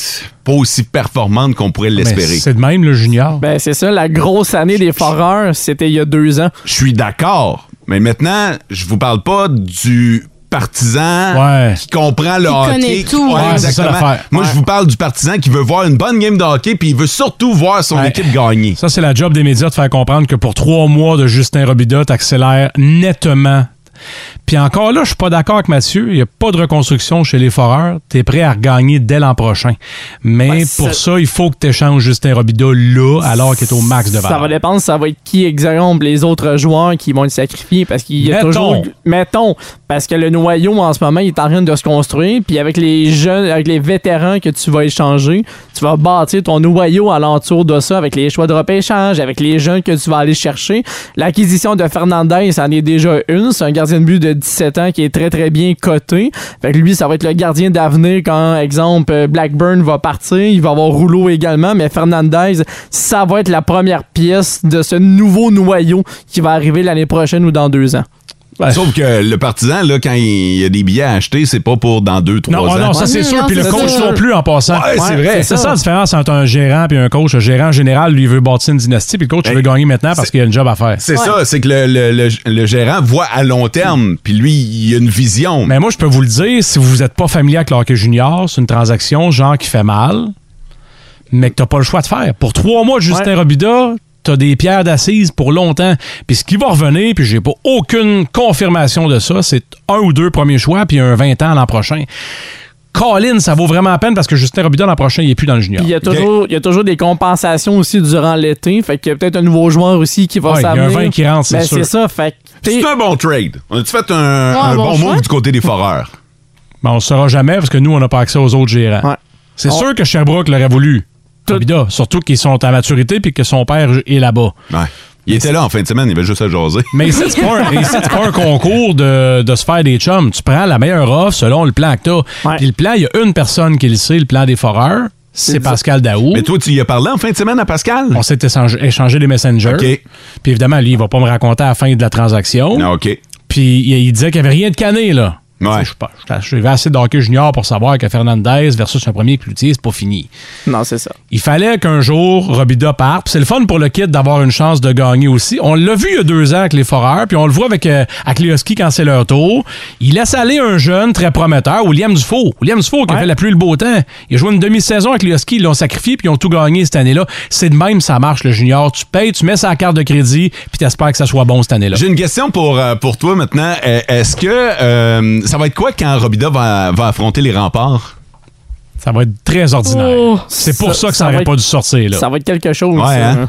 Speaker 3: pas aussi performante qu'on pourrait
Speaker 5: Ah, Mais
Speaker 3: l'espérer?
Speaker 5: C'est de même, le junior.
Speaker 6: Ben, c'est ça, la grosse année des foreurs, c'était il y a deux ans.
Speaker 3: Je suis d'accord. Mais maintenant, je vous parle pas du partisan
Speaker 5: Ouais.
Speaker 3: qui comprend le
Speaker 4: Qui
Speaker 3: hockey.
Speaker 4: connaît
Speaker 3: qui-
Speaker 4: tout.
Speaker 3: Ouais,
Speaker 5: Ouais, c'est ça
Speaker 3: exactement.
Speaker 5: l'affaire.
Speaker 3: Moi,
Speaker 5: Ouais.
Speaker 3: je vous parle du partisan qui veut voir une bonne game de hockey puis il veut surtout voir son
Speaker 5: Ouais.
Speaker 3: équipe gagner.
Speaker 5: Ça, c'est la job des médias de faire comprendre que pour trois mois de Justin Robida, t'accélères nettement. Puis encore là, je suis pas d'accord avec Mathieu. Il n'y a pas de reconstruction chez les foreurs. Tu es prêt à regagner dès l'an prochain. Mais
Speaker 6: Ouais,
Speaker 5: pour
Speaker 6: ça-
Speaker 5: ça, il faut que tu échanges Justin Robida là, alors qu'il est au max de valeur.
Speaker 6: Ça va dépendre, ça va être qui exemple les autres joueurs qui vont le sacrifier parce qu'il y a
Speaker 5: Mettons.
Speaker 6: toujours mettons parce que le noyau en ce moment il est en train de se construire puis avec les jeunes avec les vétérans que tu vas échanger, tu vas bâtir ton noyau alentour de ça avec les choix de repêchage, avec les jeunes que tu vas aller chercher. L'acquisition de Fernandez en est déjà une, c'est un gardien de but de 17 ans qui est très très bien coté. Fait que lui ça va être le gardien d'avenir quand exemple euh, Blackburn va partir, il va avoir Rouleau également mais Fernandez ça va être la première pièce de ce nouveau noyau qui va arriver l'année prochaine ou dans deux ans.
Speaker 5: Ouais.
Speaker 3: Sauf que le partisan, là, quand il y a des billets à acheter, c'est pas pour dans deux, trois
Speaker 5: Non,
Speaker 3: ans.
Speaker 5: oh non, ça c'est
Speaker 4: Ouais,
Speaker 5: sûr.
Speaker 4: non,
Speaker 5: Puis le
Speaker 4: c'est
Speaker 5: coach
Speaker 4: sûr.
Speaker 5: non plus en passant.
Speaker 3: Ouais, c'est vrai.
Speaker 5: C'est ça la différence entre un gérant et un coach. Un gérant général, lui, veut bâtir une dynastie, puis le coach
Speaker 3: Ben,
Speaker 5: veut gagner maintenant parce
Speaker 3: c'est-
Speaker 5: qu'il a une job à faire.
Speaker 3: C'est ça, c'est que le, le- le- le gérant voit à long terme, puis lui, il a une vision.
Speaker 5: Mais moi, je peux vous le dire, si vous n'êtes pas familier avec le hockey junior, c'est une transaction genre qui fait mal, mais que tu pas le choix de faire. Pour trois mois de Justin
Speaker 6: Ouais.
Speaker 5: Robida, tu as des pierres d'assises pour longtemps. Puis ce qui va revenir, puis j'ai pas aucune confirmation de ça, c'est un ou deux premiers choix, puis un 20 ans l'an prochain. Colin, ça vaut vraiment la peine parce que Justin Robida l'an prochain, il n'est plus dans le junior.
Speaker 6: Puis il y, a toujours, il y a toujours des compensations aussi durant l'été. Fait qu'il y a peut-être un nouveau joueur aussi qui va
Speaker 5: Ouais, il y a un
Speaker 6: s'amener.
Speaker 5: vin qui rentre, c'est
Speaker 6: Ben,
Speaker 5: sûr.
Speaker 6: C'est ça. Fait que, t'sais,
Speaker 3: C'est un bon trade. On a-tu fait un, un
Speaker 4: bon
Speaker 3: bon,
Speaker 4: choix?
Speaker 3: move du côté des foreurs?
Speaker 5: Ben, on ne saura jamais parce que nous, on n'a pas accès aux autres gérants.
Speaker 6: Ouais.
Speaker 5: C'est
Speaker 6: On-
Speaker 5: sûr que Sherbrooke l'aurait voulu.
Speaker 6: Tout-
Speaker 5: Robida, surtout qu'ils sont à maturité puis que son père est là-bas.
Speaker 3: Ouais. Il était là en fin de semaine, il avait juste à jaser.
Speaker 5: Mais ici, c'est pas, un- ici, c'est pas un concours de, de se faire des chums. Tu prends la meilleure offre selon le plan que t'as.
Speaker 6: Ouais.
Speaker 5: Puis le plan, il y a une personne qui le sait, le plan des foreurs, c'est Pascal Daou.
Speaker 3: Mais toi, tu y as parlé en fin de semaine à Pascal?
Speaker 5: On s'est échange- échangé des messengers.
Speaker 3: OK.
Speaker 5: Puis évidemment, lui, il va pas me raconter à la fin de la transaction.
Speaker 3: Non, Ah, OK.
Speaker 5: Puis il, il disait qu'il n'y avait rien de canné, là.
Speaker 3: Ouais.
Speaker 5: Tu sais, Je suis pas- je suis arrivé assez de hockey junior pour savoir que Fernandez versus un premier cloutier, c'est pas fini.
Speaker 6: Non, c'est ça.
Speaker 5: Il fallait qu'un jour, Robida parte. Puis C'est le fun pour le kid d'avoir une chance de gagner aussi. On l'a vu il y a deux ans avec les Foreurs, puis on le voit avec euh, Aklioski quand c'est leur tour. Il laisse aller un jeune très prometteur, William Dufour. William Dufour qui a
Speaker 6: Ouais.
Speaker 5: fait la pluie et le beau temps. Il a joué une demi-saison avec Aklioski, ils l'ont sacrifié, puis ils ont tout gagné cette année-là. C'est de même, ça marche, le junior. Tu payes, tu mets sa carte de crédit, puis t'espères que ça soit bon cette année-là.
Speaker 3: J'ai une question pour, euh, pour toi maintenant. Euh, Est-ce que euh, ça va être quoi quand Robida va, va affronter les remparts?
Speaker 5: Ça va être très ordinaire.
Speaker 4: Oh,
Speaker 5: c'est pour ça,
Speaker 6: ça-
Speaker 5: que ça
Speaker 6: ça va
Speaker 5: n'aurait
Speaker 6: être-
Speaker 5: pas dû sortir, là.
Speaker 6: Ça va être quelque chose.
Speaker 3: Ouais,
Speaker 6: ça,
Speaker 3: hein?
Speaker 6: hein.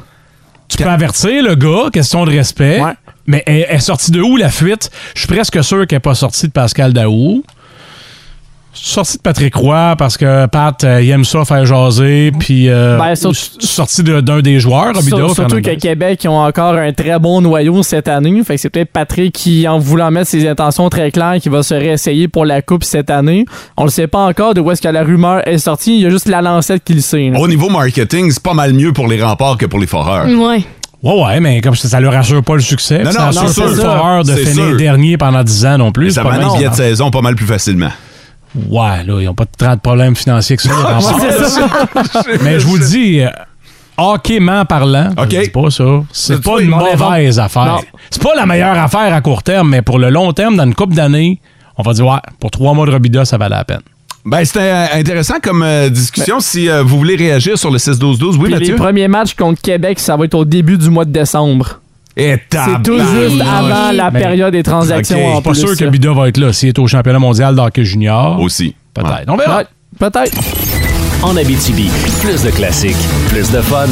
Speaker 5: Tu peux avertir le gars, question de respect.
Speaker 6: Ouais.
Speaker 5: Mais elle elle est sortie de où la fuite? Je suis presque sûr qu'elle n'est pas sortie de Pascal Daou. Sortie de Patrick Roy parce que Pat, euh, il aime ça faire jaser. Puis euh,
Speaker 6: Ben, sur-
Speaker 5: ou s- sortie de- d'un des joueurs, Robida.
Speaker 6: Sur- surtout
Speaker 5: Fernandez.
Speaker 6: que Québec ils ont encore un très bon noyau cette année. Fait que c'est peut-être Patrick qui, en voulant mettre ses intentions très claires, qui va se réessayer pour la coupe cette année. On le sait pas encore de où est-ce que la rumeur est sortie. Il y a juste la lancette qui le sait. hein.
Speaker 5: Oh,
Speaker 6: là.
Speaker 3: Au niveau marketing, c'est pas mal mieux pour les remparts que pour les foreurs.
Speaker 6: Mm.
Speaker 4: Ouais.
Speaker 5: Ouais, ouais, mais comme ça, ça leur assure pas le succès.
Speaker 3: Non,
Speaker 5: puis
Speaker 3: non,
Speaker 5: ça
Speaker 3: non,
Speaker 5: assure
Speaker 3: c'est
Speaker 5: pas
Speaker 3: sûr.
Speaker 5: le foreur de
Speaker 3: C'est
Speaker 5: finir
Speaker 3: sûr.
Speaker 5: dernier pendant 10 ans non plus.
Speaker 3: Ça
Speaker 5: C'est pas
Speaker 3: manque
Speaker 5: mal.
Speaker 3: billet de saison pas mal plus facilement.
Speaker 5: Ouais, là, ils n'ont pas tant de problèmes financiers que ça. les remparts. Mais je vous le dis, euh, hockeyment parlant,
Speaker 3: OK.
Speaker 5: je dis pas ça.
Speaker 3: C'est
Speaker 5: C'est
Speaker 3: pas
Speaker 5: pas une
Speaker 3: une mauvaise
Speaker 5: mauvaise affaire.
Speaker 6: Non.
Speaker 5: C'est pas la meilleure affaire à court terme, mais pour le long terme, dans une couple d'années, on va dire ouais, pour trois mois de Robida, ça valait la peine.
Speaker 3: Ben, c'était euh, intéressant comme euh, discussion. Si euh, vous voulez réagir sur le 6-12-12, oui,
Speaker 6: Puis les
Speaker 3: Mathieu?
Speaker 6: premiers matchs contre Québec, ça va être au début du mois de décembre.
Speaker 3: Et
Speaker 5: Ah,
Speaker 6: C'est tout
Speaker 5: ben
Speaker 6: juste avant la
Speaker 5: Mais-
Speaker 6: période des transactions
Speaker 3: Ok,
Speaker 6: en
Speaker 5: Pas
Speaker 6: plus.
Speaker 5: sûr que
Speaker 6: là.
Speaker 5: Bida va être là s'il est au championnat mondial d'hockey junior.
Speaker 3: Aussi. Ouais.
Speaker 5: Peut-être. On verra.
Speaker 6: Ouais, Peut-être.
Speaker 2: En Abitibi, plus de classiques, plus de fun.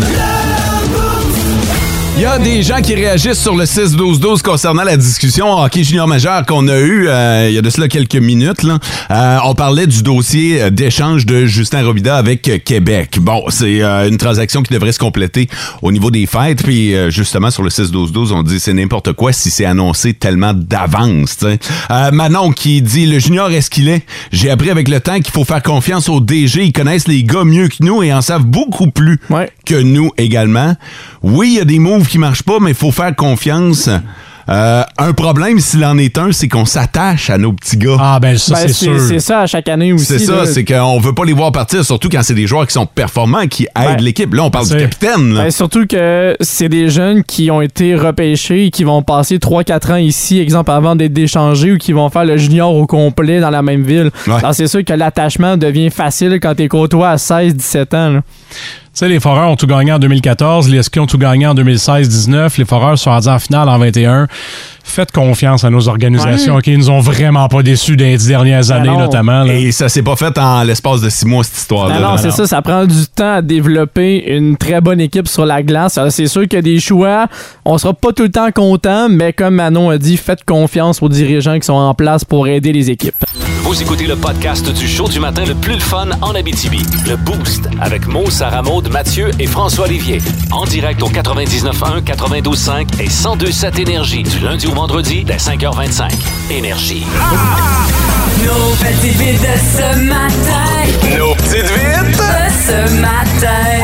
Speaker 3: Il y a des gens qui réagissent sur le 6-12-12 concernant la discussion hockey junior majeur qu'on a eue euh, il y a de cela quelques minutes. Là. Euh, on parlait du dossier euh, d'échange de Justin Robida avec euh, Québec. Bon, c'est euh, une transaction qui devrait se compléter au niveau des fêtes. Puis euh, justement, sur le 6-12-12, on dit c'est n'importe quoi si c'est annoncé tellement d'avance. tu sais. Euh, Manon qui dit le junior est ce qu'il est. J'ai appris avec le temps qu'il faut faire confiance au DG. Ils connaissent les gars mieux que nous et en savent beaucoup plus
Speaker 6: Ouais.
Speaker 3: que nous également. Oui, il y a des moves qui marchent pas, mais il faut faire confiance Euh, un problème, s'il en est un, c'est qu'on s'attache à nos petits gars.
Speaker 5: Ah, ben ça,
Speaker 6: Ben,
Speaker 5: c'est
Speaker 6: c'est
Speaker 5: sûr.
Speaker 6: c'est ça à chaque année aussi.
Speaker 3: C'est ça,
Speaker 6: là.
Speaker 3: c'est qu'on veut pas les voir partir, surtout quand c'est des joueurs qui sont performants, qui aident
Speaker 6: Ouais.
Speaker 3: l'équipe. Là, on parle du
Speaker 5: C'est-
Speaker 3: capitaine. là.
Speaker 6: Ben, surtout que c'est des jeunes qui ont été repêchés et qui vont passer 3-4 ans ici, exemple, avant d'être échangés ou qui vont faire le junior au complet dans la même ville.
Speaker 3: Ouais.
Speaker 6: Alors, c'est sûr que l'attachement devient facile quand t'es côtoie à 16-17 ans. là.
Speaker 5: Tu sais, les Foreurs ont tout gagné en 2014, les Skis ont tout gagné en 2016-19, les Foreurs sont rendus en finale en 21. Faites confiance à nos organisations qui nous ont vraiment pas déçus dans les dix dernières années,
Speaker 6: non.
Speaker 5: notamment. là.
Speaker 3: Et ça s'est pas fait en l'espace de six mois, cette histoire-là.
Speaker 6: Non, non, c'est ça, ça prend du temps à développer une très bonne équipe sur la glace. Alors, C'est sûr qu'il y a des choix, on sera pas tout le temps content, mais comme Manon a dit, faites confiance aux dirigeants qui sont en place pour aider les équipes.
Speaker 2: Vous écoutez le podcast du show du matin le plus le fun en Abitibi. Le Boost avec Mo, Sarah Maud, Mathieu et François Olivier. En direct au 99.1, 92.5 et 102.7 Énergie du lundi au vendredi dès 5h25. Énergie.
Speaker 9: Nos petites vites de ce matin,
Speaker 3: Nos petites vites!
Speaker 9: de ce matin.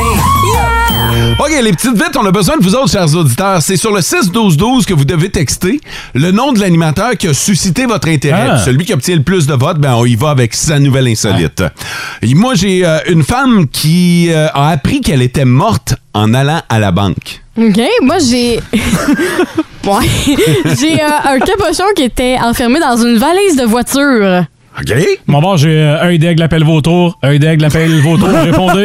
Speaker 9: Yeah!
Speaker 3: OK, les petites vites, on a besoin de vous autres, chers auditeurs. C'est sur le 6-12-12 que vous devez texter le nom de l'animateur qui a suscité votre intérêt.
Speaker 5: Ah.
Speaker 3: Puis Celui qui obtient le plus de votes, ben, on y va avec sa nouvelle insolite. Et moi, j'ai euh, une femme qui euh, a appris qu'elle était morte en allant à la banque.
Speaker 4: OK, moi j'ai. ouais. J'ai euh, un cabochon qui était enfermé dans une valise de voiture.
Speaker 3: OK?
Speaker 5: Mon bord, j'ai euh, œil d'aigle, appelle vautour, œil d'aigle, appelle vautour, répondez.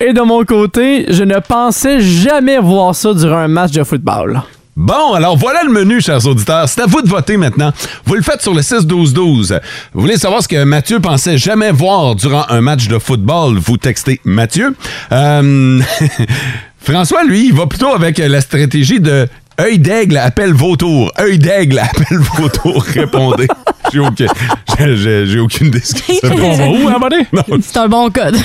Speaker 6: Et de mon côté, je ne pensais jamais voir ça durant un match de football.
Speaker 3: Bon, alors voilà le menu, chers auditeurs. C'est à vous de voter maintenant. Vous le faites sur le 6-12-12. Vous voulez savoir ce que Mathieu pensait jamais voir durant un match de football? Vous textez Mathieu. Euh, François, lui, il va plutôt avec la stratégie de œil d'aigle, appelle vautour. œil d'aigle, appelle vautour. Répondez. J'ai aucun- j'ai- j'ai- j'ai aucune discussion.
Speaker 5: On va où, abonné?
Speaker 4: C'est un bon code.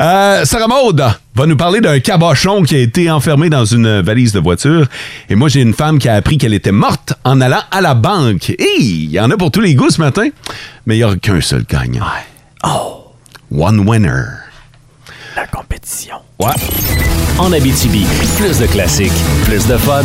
Speaker 3: Euh, Sarah Maud va nous parler d'un cabochon qui a été enfermé dans une valise de voiture. Et moi, j'ai une femme qui a appris qu'elle était morte en allant à la banque. Et il y en a pour tous les goûts ce matin, mais il n'y aura qu'un seul gagnant. Oh. One winner.
Speaker 6: La compétition.
Speaker 3: Ouais.
Speaker 2: En Abitibi, plus de classiques, plus de fun.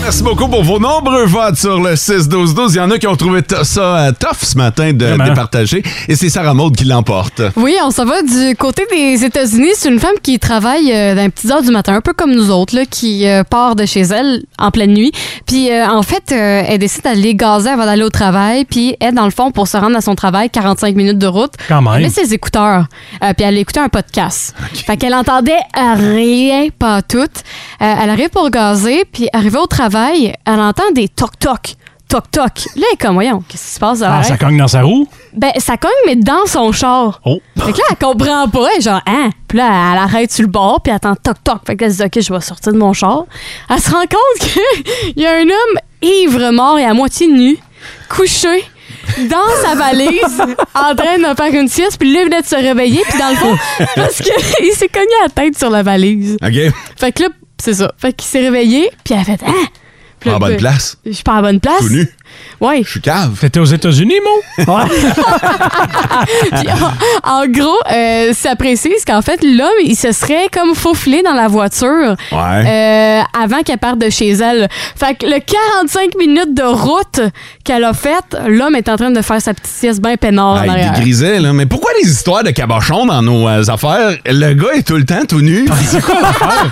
Speaker 3: Merci beaucoup pour vos nombreux votes sur le 6-12-12. Il y en a qui ont trouvé t- ça euh, tough ce matin de
Speaker 5: Vraiment.
Speaker 3: départager. Et c'est Sarah Maud qui l'emporte.
Speaker 4: Oui, on s'en va du côté des États-Unis. C'est une femme qui travaille euh, dans les petites heures du matin, un peu comme nous autres, là, qui euh, part de chez elle en pleine nuit. Puis, euh, en fait, euh, elle décide d'aller gazer avant d'aller au travail. Puis, elle, dans le fond, pour se rendre à son travail, 45 minutes de route,
Speaker 5: Quand même.
Speaker 4: elle met ses écouteurs. Euh, puis, elle écoutait un podcast. Fait qu'elle entendait rien, pas tout. Euh, elle arrive pour gazer. Puis, arrivée au travail, elle entend des toc-toc. Toc-toc. Là, elle est comme, voyons, qu'est-ce qui se passe?
Speaker 5: Ah,
Speaker 4: Elle
Speaker 5: ça cogne dans sa roue?
Speaker 4: ben, ça cogne, mais dans son char.
Speaker 5: Oh.
Speaker 4: Fait que là, elle comprend pas. Elle est genre, hein? Puis là, elle arrête sur le bord, puis elle attend toc-toc. Fait que là, elle se dit, OK, je vais sortir de mon char. Elle se rend compte qu'il y a un homme ivre mort et à moitié nu, couché, dans sa valise, en train de faire une sieste, puis là, il venait de se réveiller, puis dans le fond, parce qu'il s'est cogné la tête sur la valise.
Speaker 3: OK?
Speaker 4: Fait que là, c'est ça. Fait qu'il s'est réveillé, puis elle a fait, hein? Puis là,
Speaker 3: En bonne
Speaker 4: ben,
Speaker 3: place.
Speaker 4: Je suis pas en bonne place.
Speaker 3: Tout nu.
Speaker 4: Ouais.
Speaker 3: Je suis cave.
Speaker 5: T'étais aux États-Unis, mon?
Speaker 4: Puis,
Speaker 3: Ah.
Speaker 4: en, en gros, euh, ça précise qu'en fait, l'homme, il se serait comme faufilé dans la voiture euh, avant qu'elle parte de chez elle. Fait que le 45 minutes de route qu'elle a faite, l'homme est en train de faire sa petite sieste bien peinard. en
Speaker 3: Ah, il
Speaker 4: arrière.
Speaker 3: dégrisait, là. Mais pourquoi les histoires de cabochon dans nos euh, affaires? Le gars est tout le temps tout nu. Ah, C'est quoi l'affaire?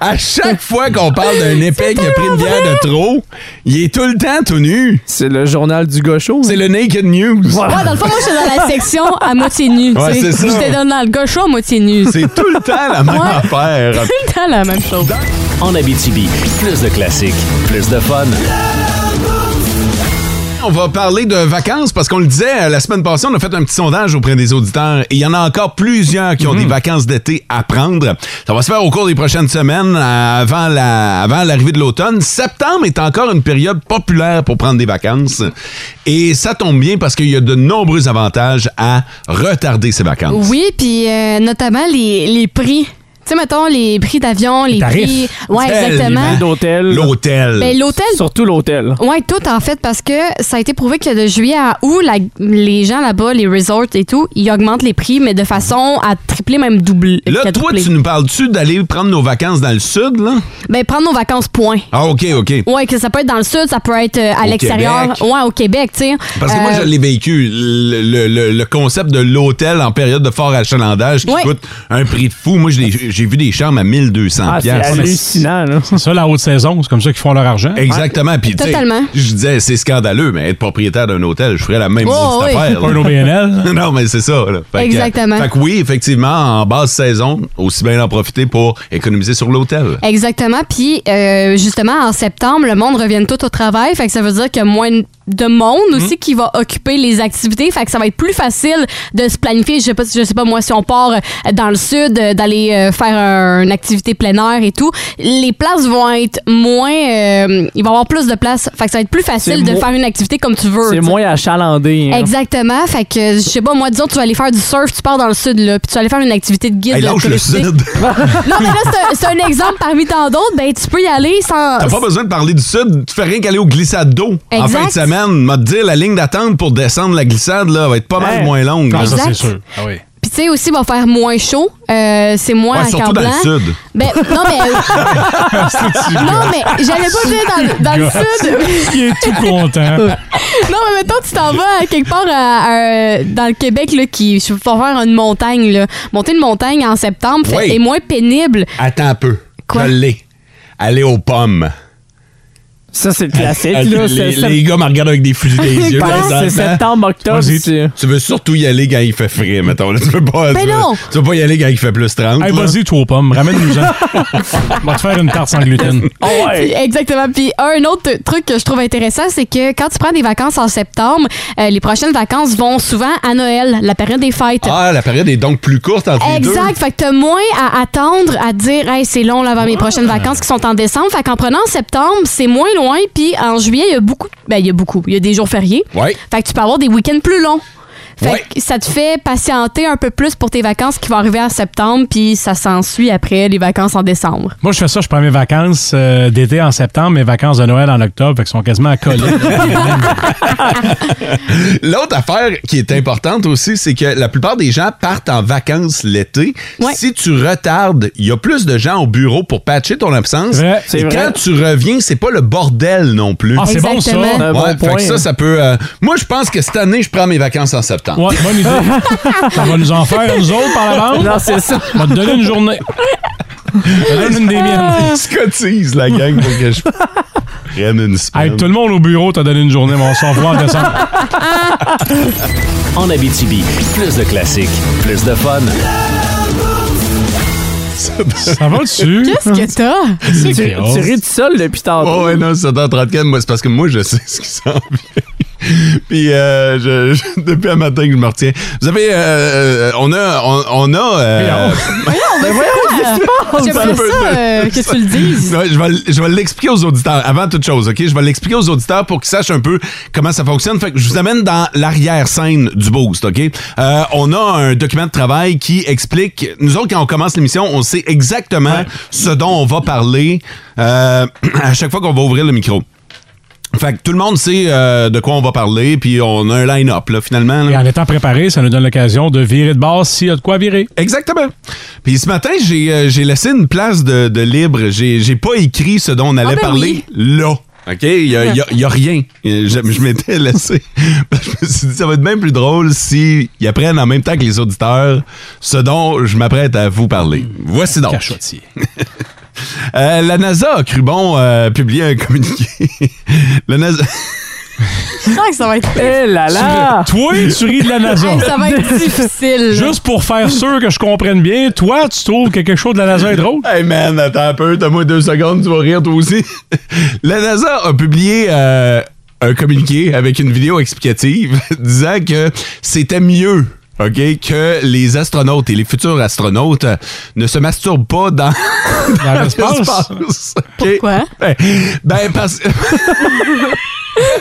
Speaker 3: À chaque fois qu'on parle d'un épais qui a pris une bière de trop, il est tout le temps tout nu.
Speaker 6: C'est le journal du gaucho.
Speaker 3: C'est le Naked News.
Speaker 4: Ouais, dans le fond, moi, j'étais dans la section à moitié nue.
Speaker 3: Ouais,
Speaker 4: tu sais.
Speaker 3: c'est ça.
Speaker 4: J'étais dans le gaucho à moitié nue. C'est
Speaker 3: C'est tout le temps la même
Speaker 4: Ouais.
Speaker 3: affaire.
Speaker 4: tout le temps la même chose.
Speaker 2: En Abitibi, plus de classiques, plus de fun.
Speaker 3: On va parler de vacances parce qu'on le disait euh, la semaine passée, on a fait un petit sondage auprès des auditeurs et il y en a encore plusieurs qui ont des vacances d'été à prendre. Ça va se faire au cours des prochaines semaines euh, avant la avant l'arrivée de l'automne. Septembre est encore une période populaire pour prendre des vacances et ça tombe bien parce qu'il y a de nombreux avantages à retarder ces vacances.
Speaker 4: Oui, puis euh, notamment les, les prix. sais, mettons, les prix d'avion, les
Speaker 5: tarifs.
Speaker 4: prix. Ouais,
Speaker 3: Hôtel,
Speaker 4: exactement.
Speaker 3: les
Speaker 6: L'hôtel.
Speaker 3: L'hôtel.
Speaker 4: Ben, l'hôtel,
Speaker 6: Surtout l'hôtel.
Speaker 4: Oui, tout en fait, parce que ça a été prouvé que de juillet à août, la- les gens là-bas, les resorts et tout, ils augmentent les prix, mais de façon à tripler, même doubler.
Speaker 3: Là, toi,
Speaker 4: quadrupler.
Speaker 3: tu nous parles-tu d'aller prendre nos vacances dans le sud, là?
Speaker 4: Ben, prendre nos vacances, point.
Speaker 3: Ah, OK, OK.
Speaker 4: Ouais, que ça peut être dans le sud, ça peut être euh, à
Speaker 3: Au
Speaker 4: l'extérieur.
Speaker 3: Québec.
Speaker 4: Ouais, au Québec, tu sais.
Speaker 3: Parce que moi,
Speaker 4: Euh,
Speaker 3: je l'ai vécu, le, le- le- le concept de l'hôtel en période de fort achalandage qui
Speaker 4: Ouais.
Speaker 3: coûte un prix de fou. Moi, je l'ai- j'ai vu des chambres à 1200
Speaker 6: Ah, c'est
Speaker 3: piastres.
Speaker 6: hallucinant, là.
Speaker 5: C'est ça, la haute saison, c'est comme ça qu'ils font leur argent.
Speaker 3: Exactement. Puis, tu sais,
Speaker 4: Totalement.
Speaker 3: je disais, c'est scandaleux, mais être propriétaire d'un hôtel, je ferais la même
Speaker 4: Oh,
Speaker 3: maudite
Speaker 4: oui.
Speaker 3: affaire.
Speaker 5: Pas
Speaker 3: là.
Speaker 5: un OBNL.
Speaker 3: non, mais c'est ça. là. Fait que-
Speaker 4: Exactement.
Speaker 3: fait que oui, effectivement, en basse saison, aussi bien en profiter pour économiser sur l'hôtel.
Speaker 4: Exactement. Puis, euh, justement, en septembre, le monde revient tout au travail. Fait que ça veut dire qu'il y a moins de monde
Speaker 6: Mhm.
Speaker 4: aussi qui va occuper les activités. Fait que ça va être plus facile de se planifier. Je sais pas, si- je sais pas moi, si on part euh, dans le sud, euh, d'aller euh, faire un- une activité plein air et tout. Les places vont être moins... euh, il va y avoir plus de places. Fait que ça va être plus
Speaker 6: C'est
Speaker 4: facile de
Speaker 6: mo-
Speaker 4: faire une activité comme tu veux.
Speaker 6: C'est
Speaker 4: tu sais.
Speaker 6: moins achalandé. hein.
Speaker 4: Exactement. Fait que, euh, je sais pas, moi, disons, tu vas aller faire du surf, tu pars dans le sud, là, puis tu vas aller faire une activité de guide.
Speaker 3: Hey,
Speaker 4: de
Speaker 3: lâche le
Speaker 4: touristique.
Speaker 3: sud.
Speaker 4: Non, mais là, c'est un- c'est un, exemple parmi tant d'autres. Ben, tu peux y aller sans.
Speaker 3: T'as pas besoin de parler du sud, tu fais rien qu'aller aux glissades d'eau. En
Speaker 4: Exact.
Speaker 3: fin de semaine, m'a dit la ligne d'attente pour descendre la glissade là, va être pas mal
Speaker 6: Hey.
Speaker 3: moins longue. là.
Speaker 5: Ah, ça,
Speaker 4: Exact.
Speaker 5: c'est sûr. Ah oui.
Speaker 4: Puis, tu sais, aussi, il va faire moins chaud. Euh, c'est moins
Speaker 3: Ouais,
Speaker 4: à
Speaker 3: surtout dans
Speaker 4: Carblanc.
Speaker 3: le sud.
Speaker 4: Ben, non, mais. non, mais j'allais pas dire dans, dans le sud.
Speaker 5: Il est tout content.
Speaker 4: non, mais mettons, tu t'en vas à quelque part à- à- dans le Québec, là, qui. Je vais faire une montagne, là. Monter une montagne en septembre fait-
Speaker 3: Oui.
Speaker 4: est moins pénible.
Speaker 3: Attends un peu.
Speaker 4: Quoi?
Speaker 3: Je l'ai. Aller aux pommes.
Speaker 6: Ça, c'est le classique,
Speaker 3: Euh,
Speaker 6: là.
Speaker 3: les,
Speaker 6: C'est- c'est-
Speaker 3: les gars me regardent avec des fusils des yeux.
Speaker 6: Ouais,
Speaker 3: là, dans
Speaker 6: C'est
Speaker 3: le temps.
Speaker 6: septembre, octobre.
Speaker 5: Vas-y.
Speaker 6: c'est-
Speaker 3: Tu veux surtout y aller quand il fait frais, mettons. là. Tu veux pas,
Speaker 4: Ben
Speaker 3: tu veux-
Speaker 4: non.
Speaker 3: tu veux pas y aller quand il fait plus 30.
Speaker 5: Hey,
Speaker 3: là.
Speaker 5: vas-y, toi aux pommes, ramène-nous-en. On va te faire une tarte sans gluten.
Speaker 6: Ah
Speaker 4: Puis,
Speaker 6: ouais.
Speaker 4: Exactement. Puis un autre truc que je trouve intéressant, c'est que quand tu prends des vacances en septembre, euh, les prochaines vacances vont souvent à Noël, la période des fêtes.
Speaker 3: Ah, la période est donc plus courte entre les deux.
Speaker 4: Exact. Fait que t'as moins à attendre à dire, hey, c'est long là, avant mes prochaines vacances qui sont en décembre. Fait qu'en prenant septembre, c'est moins loin. Puis en juillet, il y a beaucoup. Ben, il y a beaucoup. Il y a des jours fériés.
Speaker 3: Ouais.
Speaker 4: Fait que tu peux avoir des week-ends plus longs. Fait
Speaker 3: Ouais.
Speaker 4: que ça te fait patienter un peu plus pour tes vacances qui vont arriver en septembre, puis ça s'ensuit après les vacances en décembre.
Speaker 5: Moi, je fais ça, je prends mes vacances euh, d'été en septembre, mes vacances de Noël en octobre, fait qu'elles sont quasiment à coller.
Speaker 3: L'autre affaire qui est importante aussi, c'est que la plupart des gens partent en vacances l'été.
Speaker 4: Ouais.
Speaker 3: Si tu retardes, il y a plus de gens au bureau pour patcher ton absence.
Speaker 5: C'est vrai,
Speaker 6: c'est
Speaker 3: Et
Speaker 6: vrai.
Speaker 3: quand tu reviens, c'est pas le bordel non plus.
Speaker 5: Ah, c'est bon, hein. ça.
Speaker 4: Exactement.
Speaker 6: Un
Speaker 3: Ouais,
Speaker 6: bon
Speaker 3: fait
Speaker 6: point.
Speaker 3: que ça, ça peut. euh, moi, je pense que cette année, je prends mes vacances en septembre.
Speaker 5: Ouais, bonne idée. On va nous en faire, à nous autres, par la bande.
Speaker 6: Non, c'est ça.
Speaker 5: On va te donner une journée. Je te donne une des miennes.
Speaker 3: Je cotise, la gang, pour que je prenne une semaine.
Speaker 5: Hey, tout le monde au bureau t'a donné une journée, mais on s'en revoit en décembre.
Speaker 2: En Abitibi, plus de classiques, plus de fun.
Speaker 5: Ça va dessus?
Speaker 4: Qu'est-ce que t'as?
Speaker 5: C'est
Speaker 6: Tu, tu ris tout seul depuis tantôt.
Speaker 3: Oh, ouais, non, 7h34, moi, c'est parce que moi, je sais ce qui s'en vient. Puis, euh, je- je- depuis un matin que je me retiens. Vous savez, euh, euh, on a. On, on a euh,
Speaker 4: Oh, J'aimerais
Speaker 3: peu-
Speaker 4: ça euh, que tu le dises.
Speaker 3: Ouais, je vais, l- je vais l'expliquer aux auditeurs avant toute chose, OK? Je vais l'expliquer aux auditeurs pour qu'ils sachent un peu comment ça fonctionne. Fait que je vous amène dans l'arrière-scène du Boost, OK? Euh, on a un document de travail qui explique... Nous autres, quand on commence l'émission, on sait exactement ce dont on va parler euh, à chaque fois qu'on va ouvrir le micro. Fait que tout le monde sait euh, de quoi on va parler, puis on a un line-up, là, finalement. là.
Speaker 5: Et en étant préparé, ça nous donne l'occasion de virer de base s'il y a de quoi virer.
Speaker 3: Exactement. Puis ce matin, j'ai euh, j'ai laissé une place de, de libre. J'ai j'ai pas écrit ce dont on allait
Speaker 4: ben
Speaker 3: parler là. OK? Il y a, il y a- il y a rien. Euh, Je, je m'étais laissé. Je me suis dit, ça va être bien plus drôle si ils apprennent en même temps que les auditeurs ce dont je m'apprête à vous parler. Voici donc.
Speaker 5: Cachotier.
Speaker 3: Euh, la NASA a cru bon euh, publier un communiqué. la NASA...
Speaker 4: Je sens que ça va être.
Speaker 6: Eh là là.
Speaker 5: Toi, tu ris de la NASA.
Speaker 4: Hey, ça va être difficile.
Speaker 5: Juste pour faire sûr que je comprenne bien, toi, tu trouves que quelque chose de la NASA est drôle?
Speaker 3: Hey man, attends un peu, donne-moi deux secondes, tu vas rire toi aussi. La NASA a publié euh, un communiqué avec une vidéo explicative disant que c'était mieux. OK, que les astronautes et les futurs astronautes euh, ne se masturbent pas dans
Speaker 5: Dans l'espace?
Speaker 3: l'espace. OK?
Speaker 4: Pourquoi?
Speaker 3: Ben, ben, parce que...
Speaker 5: Là,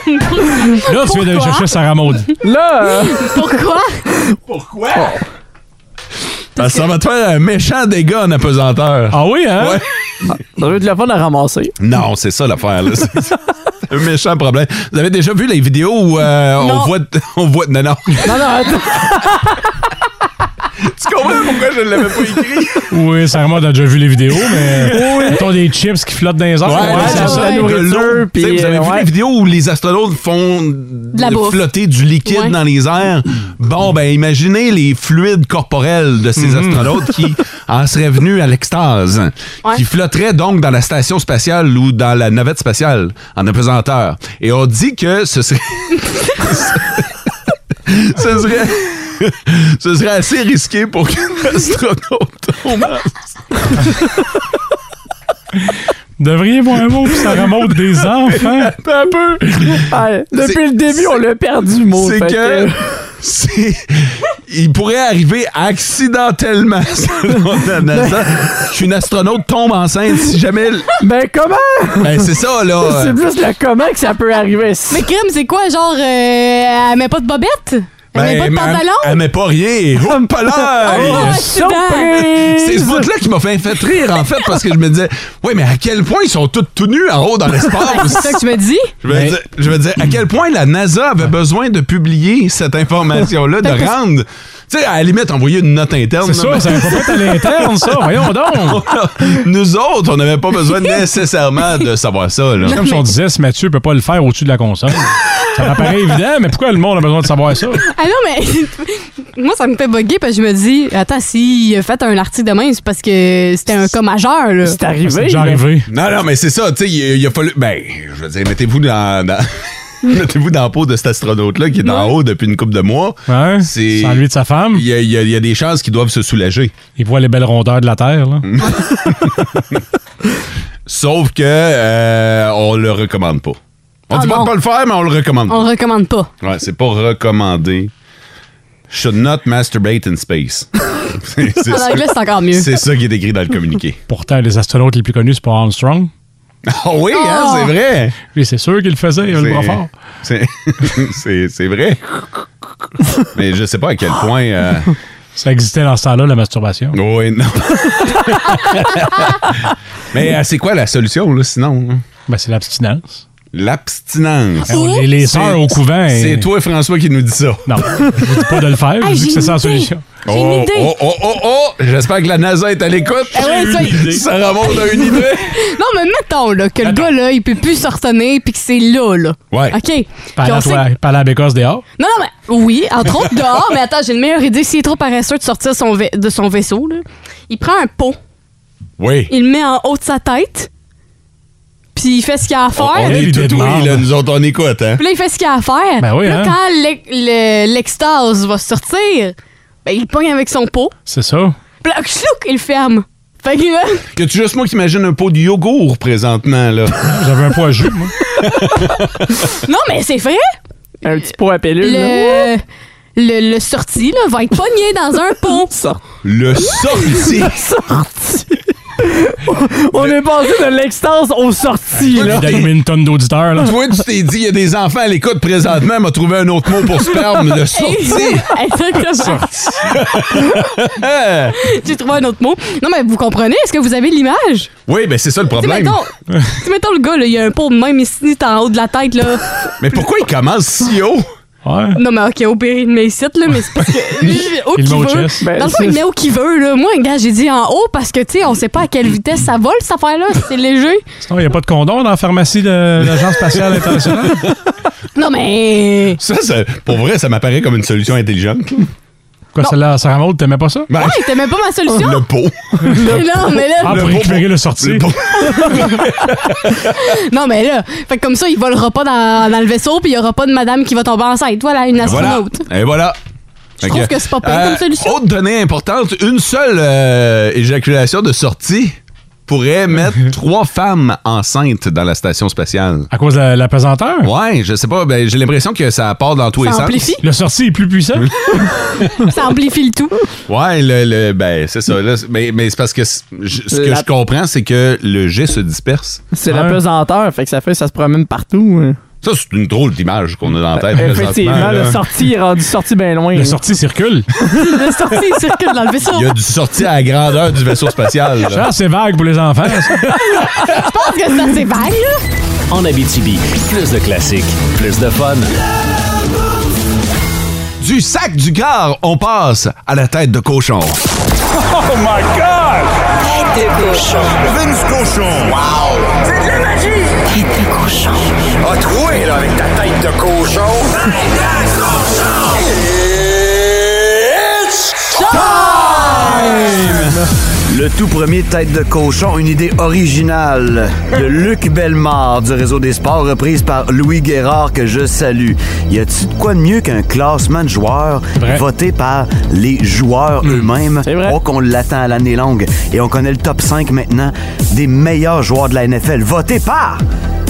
Speaker 5: tu
Speaker 4: Pourquoi?
Speaker 5: viens d'aller
Speaker 3: Oh.
Speaker 6: euh,
Speaker 5: chercher Sarah Maud.
Speaker 6: Là, euh,
Speaker 4: Pourquoi?
Speaker 3: Pourquoi? Parce que ça va te faire un méchant dégât en apesanteur.
Speaker 5: Ah oui, hein?
Speaker 3: Ouais.
Speaker 6: Ça va être de la fun à ramasser.
Speaker 3: Non, c'est ça l'affaire. là. C'est c'est un méchant problème. Vous avez déjà vu les vidéos où euh, on,
Speaker 4: Non.
Speaker 3: voit, on voit... Non, non.
Speaker 6: Non, non, attends.
Speaker 3: tu comprends pourquoi je ne l'avais pas écrit?
Speaker 5: Oui, Sarah, on a déjà vu les vidéos, mais. Mettons des chips qui flottent dans les airs.
Speaker 6: ouais,
Speaker 5: Ouais, c'est
Speaker 6: la-
Speaker 5: ça.
Speaker 6: la
Speaker 3: de
Speaker 6: nourriture,
Speaker 3: l'eau.
Speaker 6: puis, euh,
Speaker 3: Tu sais, Vous avez vu
Speaker 6: ouais.
Speaker 3: les vidéos où les astronautes font de
Speaker 4: la bouffe.
Speaker 3: flotter du liquide
Speaker 4: Ouais.
Speaker 3: dans les airs? Bon, ben imaginez les fluides corporels de
Speaker 6: Mhm.
Speaker 3: ces astronautes qui en seraient venus à l'extase,
Speaker 4: Ouais.
Speaker 3: qui flotteraient donc dans la station spatiale ou dans la navette spatiale en apesanteur. Et on dit que ce serait... ce serait... Ce serait assez risqué pour qu'un astronaute tombe en
Speaker 5: Devriez voir un mot, puis ça remonte des enfants.
Speaker 6: un peu. Ouais,
Speaker 3: C'est-
Speaker 6: depuis le début,
Speaker 3: c'est-
Speaker 6: on l'a perdu, mot.
Speaker 3: c'est
Speaker 6: fait
Speaker 3: que c'est il pourrait arriver accidentellement selon la NASA, qu'une astronaute tombe enceinte si jamais l-
Speaker 6: Ben, comment?
Speaker 3: ben c'est ça là
Speaker 6: C'est plus le comment que ça peut arriver.
Speaker 4: Mais crime, c'est quoi, genre, euh, elle met pas de bobette? Elle
Speaker 3: Ben,
Speaker 4: met pas de
Speaker 3: mais
Speaker 4: pantalon?
Speaker 3: elle, elle met pas rien Et hop là
Speaker 4: Oh,
Speaker 3: Et-
Speaker 4: accident!
Speaker 3: c'est ce
Speaker 6: Surprise!
Speaker 3: bout là qui m'a fait, fait rire en fait parce que je me disais ouais mais à quel point ils sont tous tout nus en haut dans
Speaker 4: Ben, c'est
Speaker 3: l'espace
Speaker 4: ça que tu me dis?
Speaker 3: je veux, dire, je veux dire, à quel point la NASA avait besoin de publier cette information-là, de rendre... Tu sais, à la limite, envoyer une note interne.
Speaker 5: C'est
Speaker 3: là, mais-
Speaker 5: ça, ça va pas être à l'interne, ça. Voyons donc.
Speaker 3: Nous autres, on n'avait pas besoin nécessairement de savoir ça. Là.
Speaker 5: Comme si on disait, si Mathieu peut pas le faire au-dessus de la console. Ça m'apparaît évident, mais pourquoi le monde a besoin de savoir ça?
Speaker 4: Ah non, mais moi, ça me fait bugger parce que je me dis, attends, s'il a fait un article de même, c'est parce que c'était un cas majeur, là.
Speaker 6: C'est
Speaker 5: C'est
Speaker 6: arrivé.
Speaker 5: déjà
Speaker 6: là.
Speaker 5: arrivé.
Speaker 3: Non, non, mais c'est ça, tu sais, il, il a fallu... Ben, je veux dire, mettez-vous dans... dans- Mettez-vous dans la peau de cet astronaute-là qui est en haut depuis une couple de mois.
Speaker 5: Hein?
Speaker 3: C'est-
Speaker 5: Sans lui de sa femme,
Speaker 3: Il y, a, il y a- il y a des chances qu'ils doivent se soulager.
Speaker 5: il voit les belles rondeurs de la Terre. Là.
Speaker 3: Mm. Sauf que euh, on le recommande pas. On
Speaker 4: Ah
Speaker 3: dit pas
Speaker 4: non.
Speaker 3: de pas le faire, mais on le recommande
Speaker 4: On le recommande pas.
Speaker 3: pas. Ouais, c'est pas recommandé. Should not masturbate in space. c'est c'est
Speaker 4: En
Speaker 3: ça,
Speaker 4: anglais, c'est encore mieux.
Speaker 3: c'est ça qui est écrit dans le communiqué.
Speaker 5: Pourtant, les astronautes les plus connus, c'est pas Armstrong.
Speaker 3: Ah oui, hein,
Speaker 4: Ah.
Speaker 3: c'est vrai.
Speaker 5: Lui, c'est sûr qu'il le faisait, il avait le bras fort.
Speaker 3: C'est- C'est c'est vrai. Mais je sais pas à quel point. euh, oh
Speaker 5: Ça existait dans ce temps-là, la masturbation.
Speaker 3: Oui, non. Mais euh, c'est quoi la solution, là, sinon? hein?
Speaker 5: Ben, c'est l'abstinence.
Speaker 3: L'abstinence.
Speaker 5: Hein, on- Les, les
Speaker 3: C'est-
Speaker 5: sœurs au couvent.
Speaker 3: C'est
Speaker 5: et-
Speaker 3: toi, François, qui nous dit ça.
Speaker 5: Non, je vous dis pas de le faire,
Speaker 4: Hey,
Speaker 5: vu
Speaker 4: j'ai
Speaker 5: que c'est
Speaker 4: une
Speaker 5: sans
Speaker 4: idée.
Speaker 5: solution.
Speaker 4: J'ai une
Speaker 3: Oh,
Speaker 4: idée.
Speaker 3: oh, oh, oh, oh! J'espère que la NASA est à l'écoute.
Speaker 4: Eh ouais, ça-
Speaker 3: Ça remonte à une idée.
Speaker 4: Non, mais mettons, là, que le gars, là, il peut plus se retenir puis que c'est là, là.
Speaker 3: Ouais.
Speaker 4: OK. Puis
Speaker 5: Parler
Speaker 4: on
Speaker 5: à,
Speaker 4: sait-
Speaker 5: toi, parler à Bécosse dehors.
Speaker 4: Non, non, mais oui, entre autres dehors, mais attends, j'ai une meilleure idée. S'il est trop paresseux de sortir son vai- de son vaisseau, là, il prend un pot,
Speaker 3: Oui.
Speaker 4: il le met en haut de sa tête, puis il fait ce qu'il a à
Speaker 3: On,
Speaker 4: faire.
Speaker 3: on est
Speaker 5: L'idée de
Speaker 3: tout
Speaker 5: marde.
Speaker 3: là, nous autres, on écoute, hein?
Speaker 4: Puis là, il fait ce qu'il a à faire.
Speaker 5: Ben oui,
Speaker 4: Puis là,
Speaker 5: hein.
Speaker 4: quand l'e- le- l'extase va sortir, ben, il pogne avec son pot.
Speaker 5: C'est ça.
Speaker 4: Puis là, chlouk, il ferme. Fait que là,
Speaker 3: Que tu juste moi qui imagine un pot de yogourt présentement, là.
Speaker 5: J'avais un poids jus, moi.
Speaker 4: non, mais c'est vrai.
Speaker 6: Un petit pot à pilule. là.
Speaker 4: Le, le, le sorti, là, va être pogné dans un pot.
Speaker 6: Sort-
Speaker 3: Le sorti.
Speaker 6: Sorti. On est passé de l'extase aux sorties,
Speaker 5: Il
Speaker 6: là.
Speaker 5: a allumé une tonne d'auditeurs, là.
Speaker 3: Toi, tu t'es dit, il y a des enfants à l'écoute présentement, m'a trouvé un autre mot pour sperme, le sorti.
Speaker 4: Exactement.
Speaker 3: Hein?
Speaker 4: J'ai trouvé un autre mot. Non, mais vous comprenez? Est-ce que vous avez l'image?
Speaker 3: Oui, ben c'est ça le
Speaker 4: Tu sais,
Speaker 3: problème.
Speaker 4: mettons, tu sais, mettons le gars, là, il a un pot de même ici, en haut de la tête, là.
Speaker 3: Mais pourquoi il commence si haut?
Speaker 5: Ouais.
Speaker 4: Non, mais OK, au pire, il le met ici, là, mais c'est parce que... lui, où
Speaker 5: Il le
Speaker 4: qu'il
Speaker 5: met au
Speaker 4: veut.
Speaker 5: chest.
Speaker 6: Ben,
Speaker 4: Dans le fond, il
Speaker 6: c'est-
Speaker 4: met où qu'il veut, là. Moi, gars, j'ai dit en haut parce que, tu sais, on sait pas à quelle vitesse ça vole, cette affaire-là. C'est léger.
Speaker 5: Sinon, il n'y a pas de condom dans la pharmacie de l'Agence spatiale internationale.
Speaker 4: Non, mais...
Speaker 3: Ça, ça- pour vrai, ça m'apparaît comme une solution intelligente.
Speaker 5: Quoi, celle-là, Sarah Maud, t'aimais pas ça?
Speaker 3: Ben,
Speaker 4: Ouais, t'as Ah, même pas ma solution.
Speaker 3: Oh, le pot.
Speaker 4: non, mais là...
Speaker 5: Ah, pour
Speaker 3: pot-
Speaker 5: récupérer le sorti.
Speaker 3: Le pot.
Speaker 4: Non, mais là... Fait que comme ça, il volera pas dans, dans le vaisseau, puis il y aura pas de madame qui va tomber enceinte. Voilà, une
Speaker 3: Voilà.
Speaker 4: astronaute.
Speaker 3: Et voilà. Euh,
Speaker 4: Je trouve que c'est pas pire comme solution.
Speaker 3: Autre donnée importante, une seule euh, éjaculation de sortie pourrait mettre trois femmes enceintes dans la station spatiale.
Speaker 5: À cause de la, la pesanteur?
Speaker 3: Ouais, je sais pas, ben, j'ai l'impression que ça part dans tous les
Speaker 4: Ça
Speaker 3: sens.
Speaker 4: amplifie,
Speaker 5: Le sorti est plus puissant?
Speaker 4: ça amplifie le tout.
Speaker 3: Ouais, le, le- ben, c'est ça. là, c'est- mais mais c'est parce que c- je- ce que
Speaker 6: La-
Speaker 3: je comprends, c'est que le jet se disperse.
Speaker 6: C'est
Speaker 5: Ouais.
Speaker 6: la pesanteur, fait que ça fait, ça se promène partout. hein.
Speaker 3: Ça, c'est une drôle d'image qu'on a dans la tête.
Speaker 6: Ben, Effectivement,
Speaker 3: présentement,
Speaker 6: le
Speaker 3: là.
Speaker 6: sorti est rendu sorti bien loin.
Speaker 5: La
Speaker 6: là.
Speaker 5: sortie circule.
Speaker 4: Le sorti circule dans le vaisseau.
Speaker 3: Il y a du sorti à la grandeur du vaisseau spatial. là.
Speaker 5: Genre, c'est vague pour les enfants. ça.
Speaker 4: Je pense que ça, c'est vague, là.
Speaker 2: En Abitibi, plus de classiques, plus de fun.
Speaker 3: Du sac du gare, on passe à la tête de cochon.
Speaker 9: Tête de cochon.
Speaker 10: Vince Cochon. Wow!
Speaker 9: C'est de la magie! Tête de cochon.
Speaker 10: A troué, là, avec ta tête de cochon.
Speaker 9: Tête de cochon!
Speaker 10: It's time! Le tout premier Tête de cochon, une idée originale de Luc Bellemare du Réseau des sports, reprise par Louis Guérard, que je salue. Y a-t-il de quoi de mieux qu'un classement de joueurs
Speaker 5: Vrai.
Speaker 10: voté par les
Speaker 2: Hmm.
Speaker 10: joueurs eux-mêmes?
Speaker 6: C'est vrai.
Speaker 10: Oh, qu'on l'attend à l'année longue. Et on connaît le top 5 maintenant des meilleurs joueurs de la NFL, voté par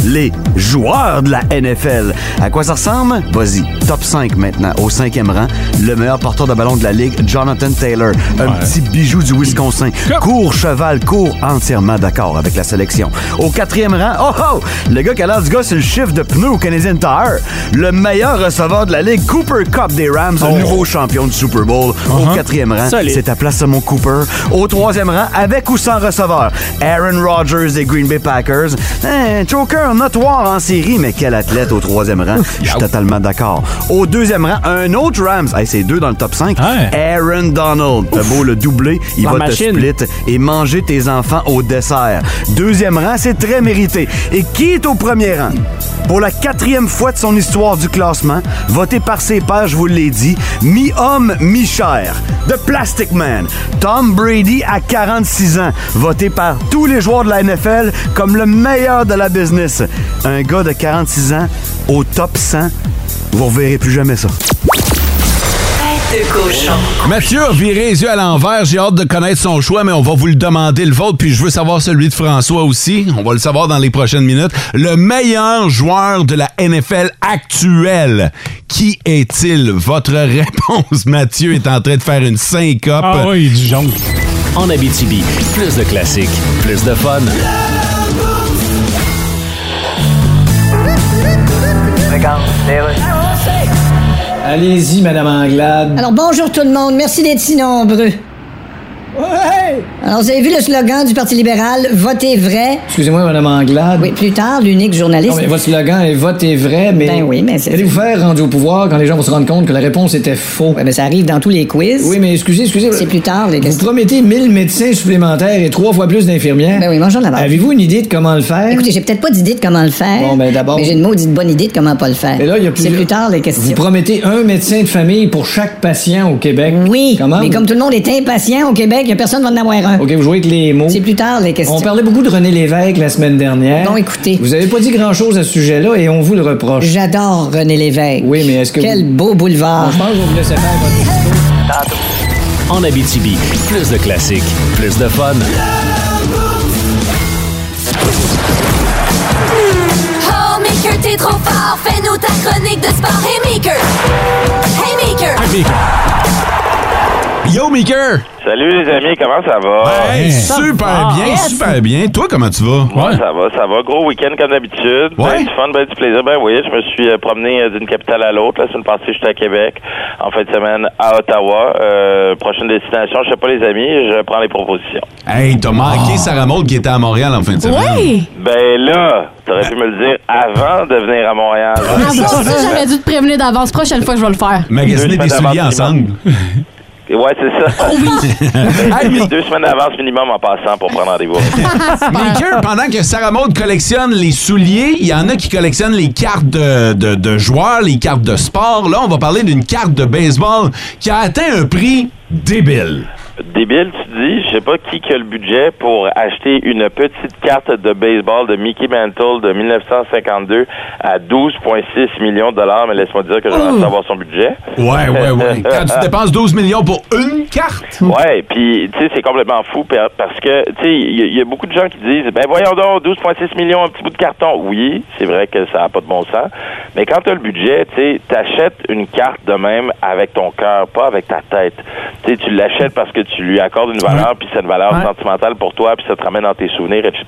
Speaker 10: les joueurs de la NFL. À quoi ça ressemble? Vas-y, top 5 maintenant, au cinquième rang. Le meilleur porteur de ballon de la Ligue, Jonathan Taylor. Euh, Un petit bijou du Wisconsin. Court cheval, court entièrement d'accord avec la sélection. Au quatrième rang, oh oh! Le gars qui a l'air du gars sur le chiffre de pneus au Canadian Tire. Le meilleur receveur de la Ligue, Cooper Cup des Rams, le nouveau champion du Super Bowl. Au quatrième rang,
Speaker 6: Solide.
Speaker 10: c'est à place Simon Cooper. Au troisième rang, avec ou sans receveur, Aaron Rodgers des Green Bay Packers. Un choker notoire en série, mais quel athlète au troisième rang. Je suis totalement d'accord. Au deuxième rang, un autre Rams. Hey, c'est deux dans le top 5.
Speaker 5: Ouais.
Speaker 10: Aaron Donald. T'as beau le doubler, il
Speaker 6: La
Speaker 10: va
Speaker 6: machine.
Speaker 10: te split et manger tes enfants au dessert. Deuxième rang, c'est très mérité. Et qui est au premier rang? Pour la quatrième fois de son histoire du classement, voté par ses pairs, je vous l'ai dit, mi-homme, mi-cher, The Plastic Man, Tom Brady à 46 ans, voté par tous les joueurs de la NFL comme le meilleur de la business. Un gars de 46 ans au top 100, vous reverrez plus jamais ça.
Speaker 9: Tête de cochon.
Speaker 3: Mathieu a viré les yeux à l'envers. J'ai hâte de connaître son choix, mais on va vous le demander, le vôtre. Puis je veux savoir celui de François aussi. On va le savoir dans les prochaines minutes. Le meilleur joueur de la NFL actuelle. Qui est-il? Votre réponse, Mathieu, est en train de faire une syncope.
Speaker 5: Ah oui, du jaune.
Speaker 2: En Abitibi, plus de classiques, plus de fun.
Speaker 8: Allez-y, Madame Anglade.
Speaker 11: Alors bonjour tout le monde, merci d'être si nombreux. Alors vous avez vu le slogan du Parti libéral, votez vrai.
Speaker 8: Excusez-moi, Madame Anglade.
Speaker 11: Oui, plus tard, l'unique
Speaker 8: Non,
Speaker 11: journaliste.
Speaker 8: mais votre slogan est vote est vrai, mais.
Speaker 11: Ben oui, mais c'est-
Speaker 8: Allez vous faire rendre au pouvoir quand les gens vont se rendre compte que la réponse était faux.
Speaker 11: Ouais, mais ça arrive dans tous les quiz.
Speaker 8: Oui, mais excusez, excusez.
Speaker 11: C'est plus tard les
Speaker 8: Vous
Speaker 11: questions.
Speaker 8: promettez 1000 médecins supplémentaires et trois fois plus d'infirmières.
Speaker 11: Ben oui, bonjour la barre.
Speaker 8: Avez-vous une idée de comment le faire?
Speaker 11: Écoutez, j'ai peut-être pas d'idée de comment le faire.
Speaker 8: Bon, ben, d'abord-
Speaker 11: Mais j'ai une maudite bonne idée de comment pas le faire.
Speaker 8: Mais là, il y a plusieurs-
Speaker 11: C'est plus tard les questions.
Speaker 8: vous promettez un médecin de famille pour chaque patient au Québec.
Speaker 11: Oui,
Speaker 8: Comment?
Speaker 11: mais
Speaker 8: vous-
Speaker 11: comme tout le monde est impatient au Québec, y a personne va en avoir un.
Speaker 8: OK, vous jouez avec les mots.
Speaker 11: C'est plus tard les questions.
Speaker 8: On parlait beaucoup de René Lévesque la semaine dernière.
Speaker 11: Non, écoutez.
Speaker 8: Vous avez pas dit grand-chose à ce sujet-là et on vous le reproche.
Speaker 11: J'adore René Lévesque.
Speaker 8: Oui, mais est-ce que
Speaker 11: Quel
Speaker 8: vous-
Speaker 11: beau boulevard.
Speaker 8: Je pense que vous me laissez faire votre discours.
Speaker 2: En Abitibi, plus de classiques, plus de fun.
Speaker 9: Oh, Maker, t'es trop fort. Fais-nous ta chronique de sport. Hey, Maker. Hey, Maker.
Speaker 3: Yo, Meeker!
Speaker 10: Salut les amis, comment ça va?
Speaker 3: Hey,
Speaker 5: ça
Speaker 3: super bien, super bien. Toi, comment tu vas?
Speaker 5: Ouais.
Speaker 10: Ça va, ça va. Gros week-end comme d'habitude.
Speaker 3: Ouais.
Speaker 10: Ben, du fun, ben, du plaisir. Ben oui, je me suis euh, promené euh, d'une capitale à l'autre. La semaine passée, j'étais à Québec. En fin de semaine, à Ottawa. Euh, prochaine destination, je sais pas les amis, je prends les propositions.
Speaker 3: Hey, t'as manqué Sarah Maud qui était à Montréal en fin de semaine.
Speaker 4: Oui!
Speaker 10: Ben là, t'aurais pu me le dire avant de venir à Montréal.
Speaker 4: Ah bon, ça, j'avais dû te prévenir d'avance. Prochaine fois, je vais le faire.
Speaker 3: Magasiner
Speaker 10: Deux
Speaker 3: des
Speaker 10: semaines
Speaker 3: souliers
Speaker 10: avant,
Speaker 3: ensemble.
Speaker 10: Ouais, c'est ça.
Speaker 4: Ah
Speaker 3: Hey, Mi-
Speaker 10: Deux semaines d'avance minimum en passant pour prendre rendez-vous.
Speaker 3: Maker, pendant que Sarah Maud collectionne les souliers, il y en a qui collectionnent les cartes de, de- de joueurs, les cartes de sport. Là, on va parler d'une carte de baseball qui a atteint un prix débile.
Speaker 10: Débile, tu dis, je sais pas qui qui a le budget pour acheter une petite carte de baseball de Mickey Mantle de 1952 à 12,6 millions de dollars, mais laisse-moi dire que j'aimerais savoir son budget.
Speaker 3: Ouais, ouais, ouais. Quand tu dépenses 12 millions pour une carte,
Speaker 10: Ouais, puis tu sais, c'est complètement fou per- parce que tu sais, il y a- il y, a beaucoup de gens qui disent, ben voyons donc, 12,6 millions, un petit bout de carton. Oui, c'est vrai que ça n'a pas de bon sens, mais quand tu as le budget, tu sais, t'achètes une carte de même avec ton cœur, pas avec ta tête. Tu sais, tu l'achètes parce que
Speaker 12: sais, tu lui accordes une valeur, puis cette valeur sentimentale pour toi, puis ça te ramène dans tes souvenirs, etc.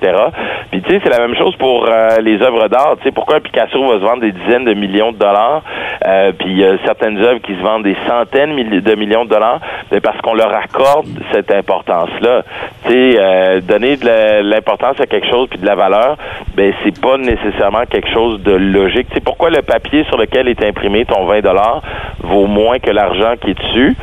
Speaker 12: Puis tu sais, c'est la même chose pour euh, les œuvres d'art. Tu sais, pourquoi Picasso va se vendre des dizaines de millions de dollars, euh, puis il y a certaines œuvres qui se vendent des centaines milli- de millions de dollars, c'est parce qu'on leur accorde cette importance-là. Tu sais, euh, donner de la- l'importance à quelque chose puis de la valeur, ben c'est pas nécessairement quelque chose de logique. Tu sais, pourquoi le papier sur lequel est imprimé ton 20 dollars vaut moins que l'argent qui est dessus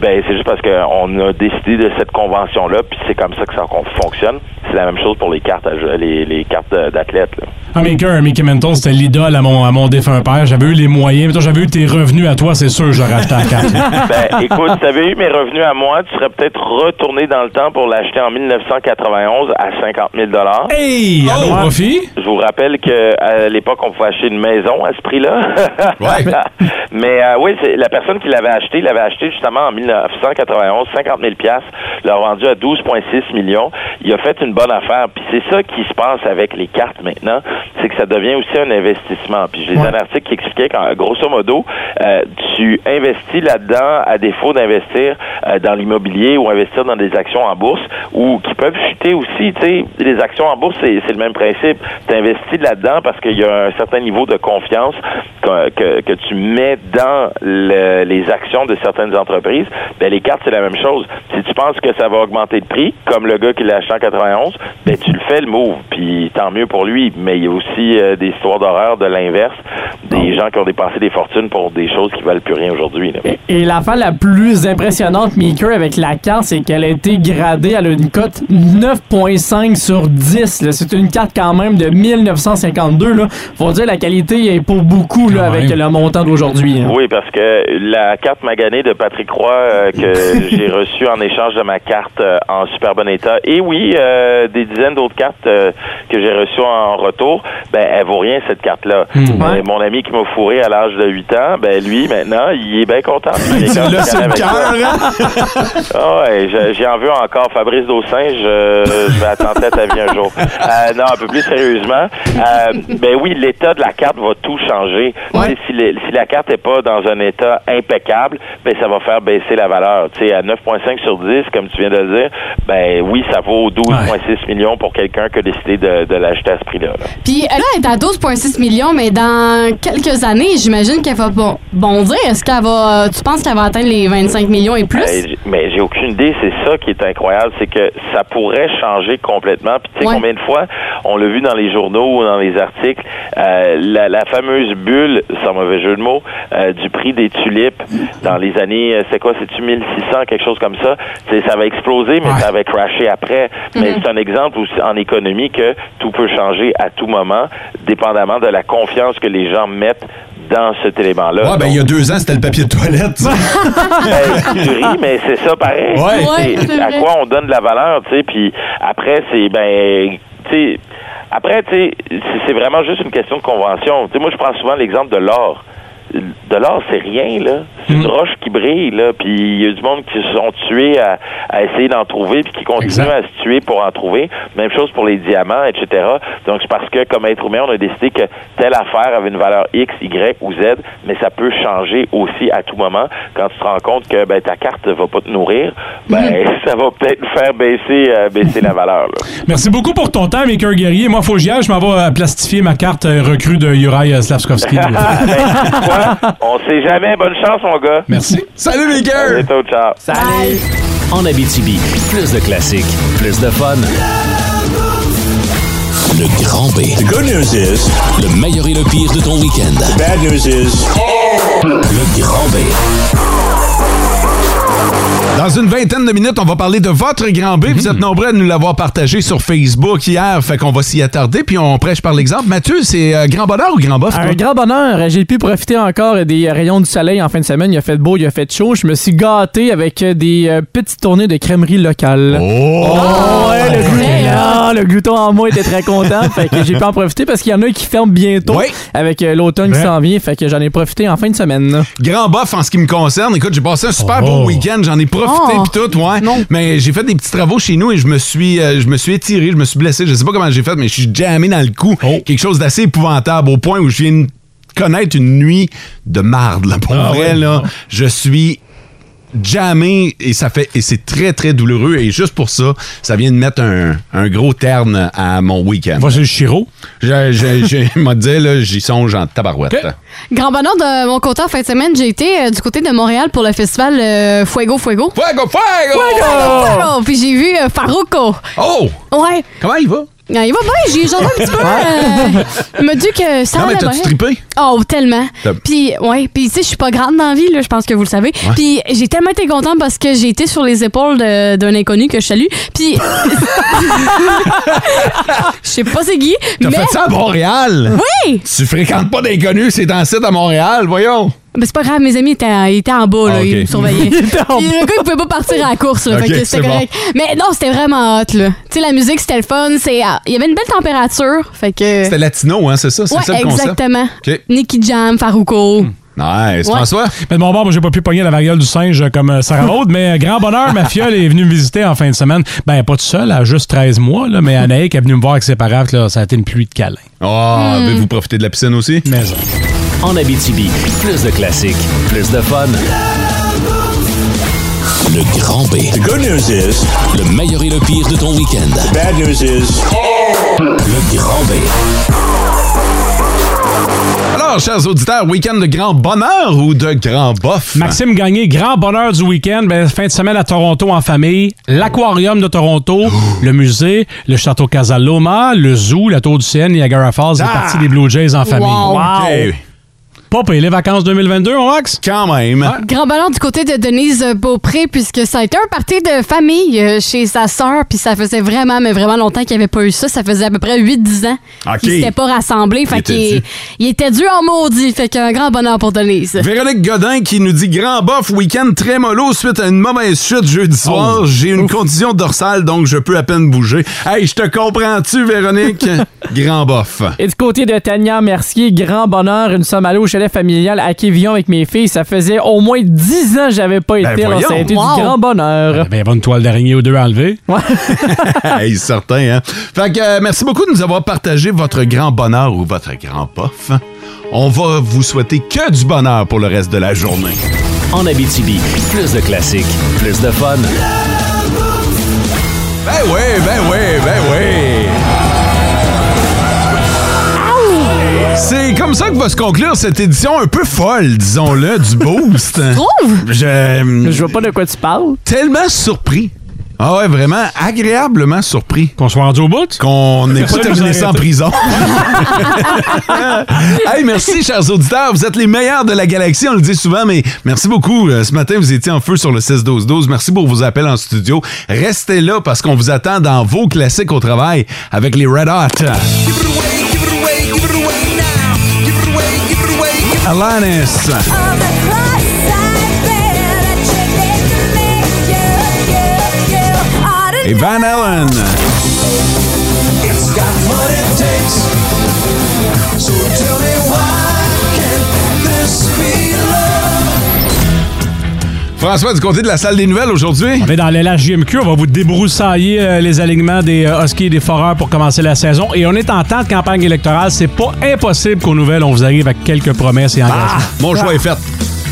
Speaker 12: Ben c'est juste parce qu'on a décidé de cette convention-là, puis c'est comme ça que ça qu'on fonctionne. C'est la même chose pour les cartes, à jeu- les, les cartes euh, d'athlètes. là.
Speaker 5: Ah, Maker, Mickey Mantle, c'était l'idole à mon, à mon défunt père. J'avais eu les moyens. Mais toi, j'avais eu tes revenus à toi, c'est sûr, j'aurais acheté la carte.
Speaker 12: ben, écoute, tu avais eu mes revenus à moi, tu serais peut-être retourné dans le temps pour l'acheter en 1991 à 50 000
Speaker 5: Hey, à nos profits.
Speaker 12: Je vous rappelle qu'à l'époque, on pouvait acheter une maison à ce prix-là. Mais euh, oui, c'est- la personne qui l'avait acheté, l'avait acheté justement en 1991, 50 000 l'a vendu à 12,6 millions. Il a fait une bonne affaire. Puis c'est ça qui se passe avec les cartes maintenant, c'est que ça devient aussi un investissement. Puis j'ai lu un article qui expliquait qu'en grosso modo, euh, tu investis là-dedans à défaut d'investir euh, dans l'immobilier ou investir dans des actions en bourse ou qui peuvent chuter aussi. Tu sais, les actions en bourse, c'est c'est le même principe. Tu investis là-dedans parce qu'il y a un certain niveau de confiance que, que- que tu mets dans le- les actions de certaines entreprises. Ben, les cartes, c'est la même chose. Si tu penses que ça va augmenter de prix, comme le gars qui l'a acheté en 91, ben, tu le fais le move. Puis tant mieux pour lui. Mais il y a aussi euh, des histoires d'horreur de l'inverse. Des gens qui ont dépensé des fortunes pour des choses qui valent plus rien aujourd'hui. là.
Speaker 6: Et l'affaire la plus impressionnante, Maker, avec la carte, c'est qu'elle a été gradée. Elle a une cote 9.5 sur 10. là. C'est une carte quand même de 1952. Là. Faut dire la qualité est pour beaucoup là, avec le montant d'aujourd'hui. hein.
Speaker 12: Oui, parce que la carte maganée de Patrick Roy euh, que j'ai reçue en échange de ma carte euh, en super bon état, et oui, euh, des dizaines d'autres cartes euh, que j'ai reçues en retour, ben elle vaut rien cette carte-là. Mais Mon ami qui m'a fourré à l'âge de 8 ans, ben lui maintenant, il est bien content. Il est content avec ça. Ah ouais, je- j'y en veux encore. Fabrice Dossin, je, je vais attendre à ta vie un jour. Euh, non, un peu plus sérieusement. euh, ben oui, l'état de la carte va tout changer. Tu sais, Si, le- si la carte n'est pas dans un état impeccable, ben ça va faire baisser la valeur. Tu sais, à 9,5 sur 10, comme tu viens de le dire, ben oui, ça vaut 12,6 millions pour quelqu'un qui a décidé de, de l'acheter à ce prix-là. là.
Speaker 4: Puis euh, là, elle est à 12,6 millions, mais dans quelques années, j'imagine qu'elle va bon- bondir. Est-ce qu'elle va. euh, Tu penses qu'elle va atteindre les 25 millions et plus?
Speaker 12: Hey, j- mais Ben, j'ai aucune idée. C'est ça qui est incroyable, c'est que ça pourrait changer complètement. Puis tu sais
Speaker 4: Ouais.
Speaker 12: combien de fois on l'a vu dans les journaux ou dans les articles, euh, la, la fameuse bulle, sans mauvais jeu de mots, euh, du prix des tulipes dans les années, euh, c'est quoi, c'est-tu 1600, quelque chose comme ça. Tu sais, ça va exploser, mais ça va crasher après.
Speaker 4: Mm-hmm.
Speaker 12: Mais c'est un exemple aussi en économie que tout peut changer à tout moment, dépendamment de la confiance que les gens mettent dans cet élément-là.
Speaker 3: Ouais, ben, il y a deux ans, c'était le papier de toilette.
Speaker 12: Ben, tu ris, mais c'est ça pareil.
Speaker 3: Ouais.
Speaker 12: C'est-
Speaker 3: Ouais, c'est
Speaker 12: à
Speaker 3: vrai.
Speaker 12: quoi on donne de la valeur, tu sais, puis après, c'est, ben, tu sais, après, tu sais, c'est- c'est vraiment juste une question de convention. Tu sais, moi, je prends souvent l'exemple de l'or. De l'or, c'est rien, là. C'est une roche qui brille, là. Puis il y a du monde qui se sont tués à, à essayer d'en trouver, puis qui continuent à se tuer pour en trouver. Même chose pour les diamants, etc. Donc, c'est parce que, comme être humain, on a décidé que telle affaire avait une valeur X, Y ou Z, mais ça peut changer aussi à tout moment. Quand tu te rends compte que ben, ta carte va pas te nourrir, ben, ça va peut-être faire baisser, euh, baisser la valeur. là.
Speaker 5: Merci beaucoup pour ton temps, Maker Guerrier. Moi, faut que j'y aille. Je m'en vais euh, plastifier ma carte euh, recrue de Uriah euh, Slavskovski.
Speaker 12: Quoi? Ben, On sait jamais. Bonne chance, mon gars.
Speaker 5: Merci.
Speaker 3: Salut, les gars!
Speaker 12: À bientôt, ciao.
Speaker 2: Salut! En Abitibi, plus de classiques, plus de fun. Le grand B. The good news is... Le meilleur et le pire de ton week-end. The bad news is... Le grand B.
Speaker 3: Dans une vingtaine de minutes, on va parler de votre grand B. Vous êtes nombreux à nous l'avoir partagé sur Facebook hier, fait qu'on va s'y attarder, puis on prêche par l'exemple. Mathieu, c'est euh, grand bonheur ou grand bof? toi?
Speaker 6: Un grand bonheur. J'ai pu profiter encore des rayons du soleil en fin de semaine. Il a fait beau, il a fait chaud. Je me suis gâté avec des euh, petites tournées de crèmerie locale. Oh! ouais, le, glouton, Ah, le glouton en moi était très content. fait que j'ai pu en profiter parce qu'il y en a qui ferment bientôt avec euh, l'automne qui
Speaker 3: Ouais.
Speaker 6: s'en vient. Fait que j'en ai profité en fin de semaine.
Speaker 3: Grand bof en ce qui me concerne. Écoute, j'ai passé un super beau week-end. J'en ai profité
Speaker 6: Oh.
Speaker 3: pis tout, ouais. Mais j'ai fait des petits travaux chez nous et je me suis, euh, je me suis étiré, je me suis blessé. Je sais pas comment j'ai fait, mais je suis jammé dans le cou. Quelque chose d'assez épouvantable au point où je viens de connaître une nuit de marde, là. Pour vrai, là, je suis jammer et ça fait et c'est très très douloureux et juste pour ça, ça vient de mettre un, un gros terne à mon week-end. Va
Speaker 5: chez le Chiro.
Speaker 3: Je, je, je m'a dit, là, j'y songe en tabarouette.
Speaker 4: Grand bonheur de mon côté en fin de semaine, j'ai été euh, du côté de Montréal pour le festival euh, Fuego Fuego.
Speaker 3: Fuego Fuego!
Speaker 4: Fuego! Fuego! Puis j'ai vu euh, Farruko.
Speaker 3: Oh!
Speaker 4: Ouais.
Speaker 3: Comment il va?
Speaker 4: Ah, il va bien, j'ai j'en ai un petit peu. euh, il m'a dit que ça
Speaker 3: Non, mais
Speaker 4: allait
Speaker 3: t'as-tu
Speaker 4: bien.
Speaker 3: trippé?
Speaker 4: Oh, tellement.
Speaker 3: T'as-
Speaker 4: Puis, ouais, puis tu sais, je suis pas grande dans la vie, là, je pense que vous le savez.
Speaker 3: Ouais.
Speaker 4: Puis, j'ai tellement été contente parce que j'ai été sur les épaules de- d'un inconnu que je salue. Puis, je sais pas c'est qui.
Speaker 3: T'as
Speaker 4: mais...
Speaker 3: fait ça à Montréal?
Speaker 4: Oui!
Speaker 3: Tu fréquentes pas d'inconnus, c'est en site à Montréal, voyons!
Speaker 4: Ben, c'est pas grave, mes amis étaient, ils étaient en bas, là,
Speaker 3: Ah, ok.
Speaker 4: ils me surveillaient.
Speaker 3: Ils étaient en
Speaker 4: Puis
Speaker 3: bas.
Speaker 4: le gars, il pouvait pas partir à la course, là,
Speaker 3: Ok,
Speaker 4: fait que
Speaker 3: c'est
Speaker 4: c'était correct. Mais non, c'était vraiment hot, là. Tu sais, la musique, c'était le fun, c'est, ah, il y avait une belle température, fait que...
Speaker 3: C'était latino, hein, c'est ça? C'est
Speaker 4: ouais,
Speaker 3: ça le concept?
Speaker 4: exactement.
Speaker 3: OK. Hmm.
Speaker 4: Nicky Jam, Farouko.
Speaker 3: Nice.
Speaker 4: Ouais.
Speaker 3: François?
Speaker 5: Mais de mon bord, moi, j'ai pas pu pogner la variole du singe euh, comme euh, Sarah Maud, mais euh, grand bonheur, ma fiole est venue me visiter en fin de semaine. Ben, pas tout seul, elle a juste 13 mois, là, mais Anaïk est venue me voir avec ses parents, puis là, ça a été une pluie de câlins.
Speaker 3: Ah,
Speaker 5: Hmm.
Speaker 3: avez-vous profité de la piscine aussi?
Speaker 5: Mais
Speaker 2: En Abitibi, plus de classiques, plus de fun. Le grand B. The good news is... Le meilleur et le pire de ton week-end. bad news is... Le grand B.
Speaker 3: Alors, chers auditeurs, week-end de grand bonheur ou de grand bof?
Speaker 5: Maxime Gagné, grand bonheur du week-end, ben, fin de semaine à Toronto en famille, l'aquarium de Toronto, le musée, le château Casaloma, le zoo, la tour du CN, Niagara Falls, les parties des Blue Jays en famille.
Speaker 4: Wow.
Speaker 5: oh.
Speaker 3: OK.
Speaker 5: Pas payé les vacances 2022, on max?
Speaker 3: Quand même.
Speaker 4: Grand ballon du côté de Denise Beaupré, puisque ça a été un party de famille euh, chez sa sœur, puis ça faisait vraiment, mais vraiment longtemps qu'il n'y avait pas eu ça. Ça faisait à peu près 8-10 ans
Speaker 3: OK.
Speaker 4: qu'il s'était pas rassemblé. Fait
Speaker 3: Il était
Speaker 4: qu'il
Speaker 3: dû.
Speaker 4: il était dû en maudit. Fait qu'un grand bonheur pour Denise.
Speaker 3: Véronique Godin qui nous dit grand bof, week-end très mollo suite à une mauvaise chute jeudi soir. J'ai une condition dorsale, donc je peux à peine bouger. Hey, je te comprends-tu, Véronique? grand bof.
Speaker 6: Et du côté de Tania Mercier, grand bonheur, nous sommes allés au chalet familial à Quévillon avec mes filles. Ça faisait au moins 10 ans que j'avais pas été. alors ça a été du grand bonheur.
Speaker 5: Ben, bonne toile d'araignée aux deux à enlever.
Speaker 3: hey, certain, hein? Fait que euh, merci beaucoup de nous avoir partagé votre grand bonheur ou votre grand bof. On va vous souhaiter que du bonheur pour le reste de la journée.
Speaker 2: En Abitibi, plus de classiques, plus de fun.
Speaker 3: Ben oui, ben oui, ben oui. C'est comme ça que va se conclure cette édition un peu folle, disons-le, du Boost. Je... euh,
Speaker 6: Je vois pas de quoi tu parles.
Speaker 3: Tellement surpris. Ah ouais, vraiment, agréablement surpris.
Speaker 5: Qu'on soit rendu au bout?
Speaker 3: Qu'on n'ait pas
Speaker 5: Personne nous
Speaker 3: terminé
Speaker 5: a
Speaker 3: ça en
Speaker 5: arrêté.
Speaker 3: prison. hey, merci, chers auditeurs. Vous êtes les meilleurs de la galaxie, on le dit souvent, mais merci beaucoup. Euh, ce matin, vous étiez en feu sur le 16-12-12. Merci pour vos appels en studio. Restez là parce qu'on vous attend dans vos classiques au travail avec les Red Hot. Alanis. Et Van Allen. François, du côté de la salle des nouvelles aujourd'hui.
Speaker 5: On est dans l'LHJMQ, on va vous débroussailler euh, les alignements des euh, huskies et des foreurs pour commencer la saison. Et on est en temps de campagne électorale, c'est pas impossible qu'aux nouvelles, on vous arrive avec quelques promesses et engagements.
Speaker 3: Ah, Mon choix est fait.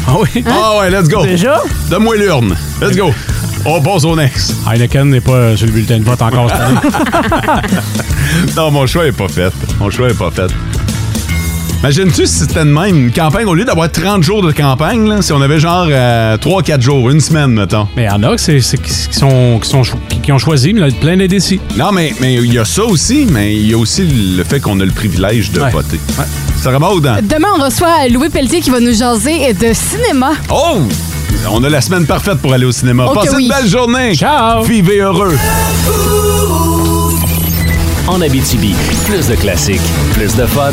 Speaker 5: Ah oui?
Speaker 3: Ah ouais, let's go.
Speaker 5: Déjà?
Speaker 3: Donne-moi l'urne. Let's go. On passe au next.
Speaker 5: Heineken n'est pas euh, sur le bulletin de vote encore cette année.
Speaker 3: non, mon choix est pas fait. Mon choix est pas fait. Imagine-tu si c'était de même une campagne, au lieu d'avoir 30 jours de campagne, là, si on avait genre 3-4 jours, une semaine, mettons.
Speaker 5: Mais il y en a que c'est- c'est- qui, sont, qui, sont cho- qui- qui ont choisi, mais là, plein d'indécis.
Speaker 3: Non, mais mais il y a ça aussi, mais il y a aussi le fait qu'on a le privilège de voter. Ça remonte hein? dans.
Speaker 4: Demain, on reçoit Louis Pelletier qui va nous jaser de cinéma.
Speaker 3: Oh! On a la semaine parfaite pour aller au cinéma.
Speaker 4: Oh que
Speaker 3: Passez
Speaker 4: oui.
Speaker 3: une belle journée! Ciao! Vivez heureux!
Speaker 2: En Abitibi, plus de classiques, plus de fun.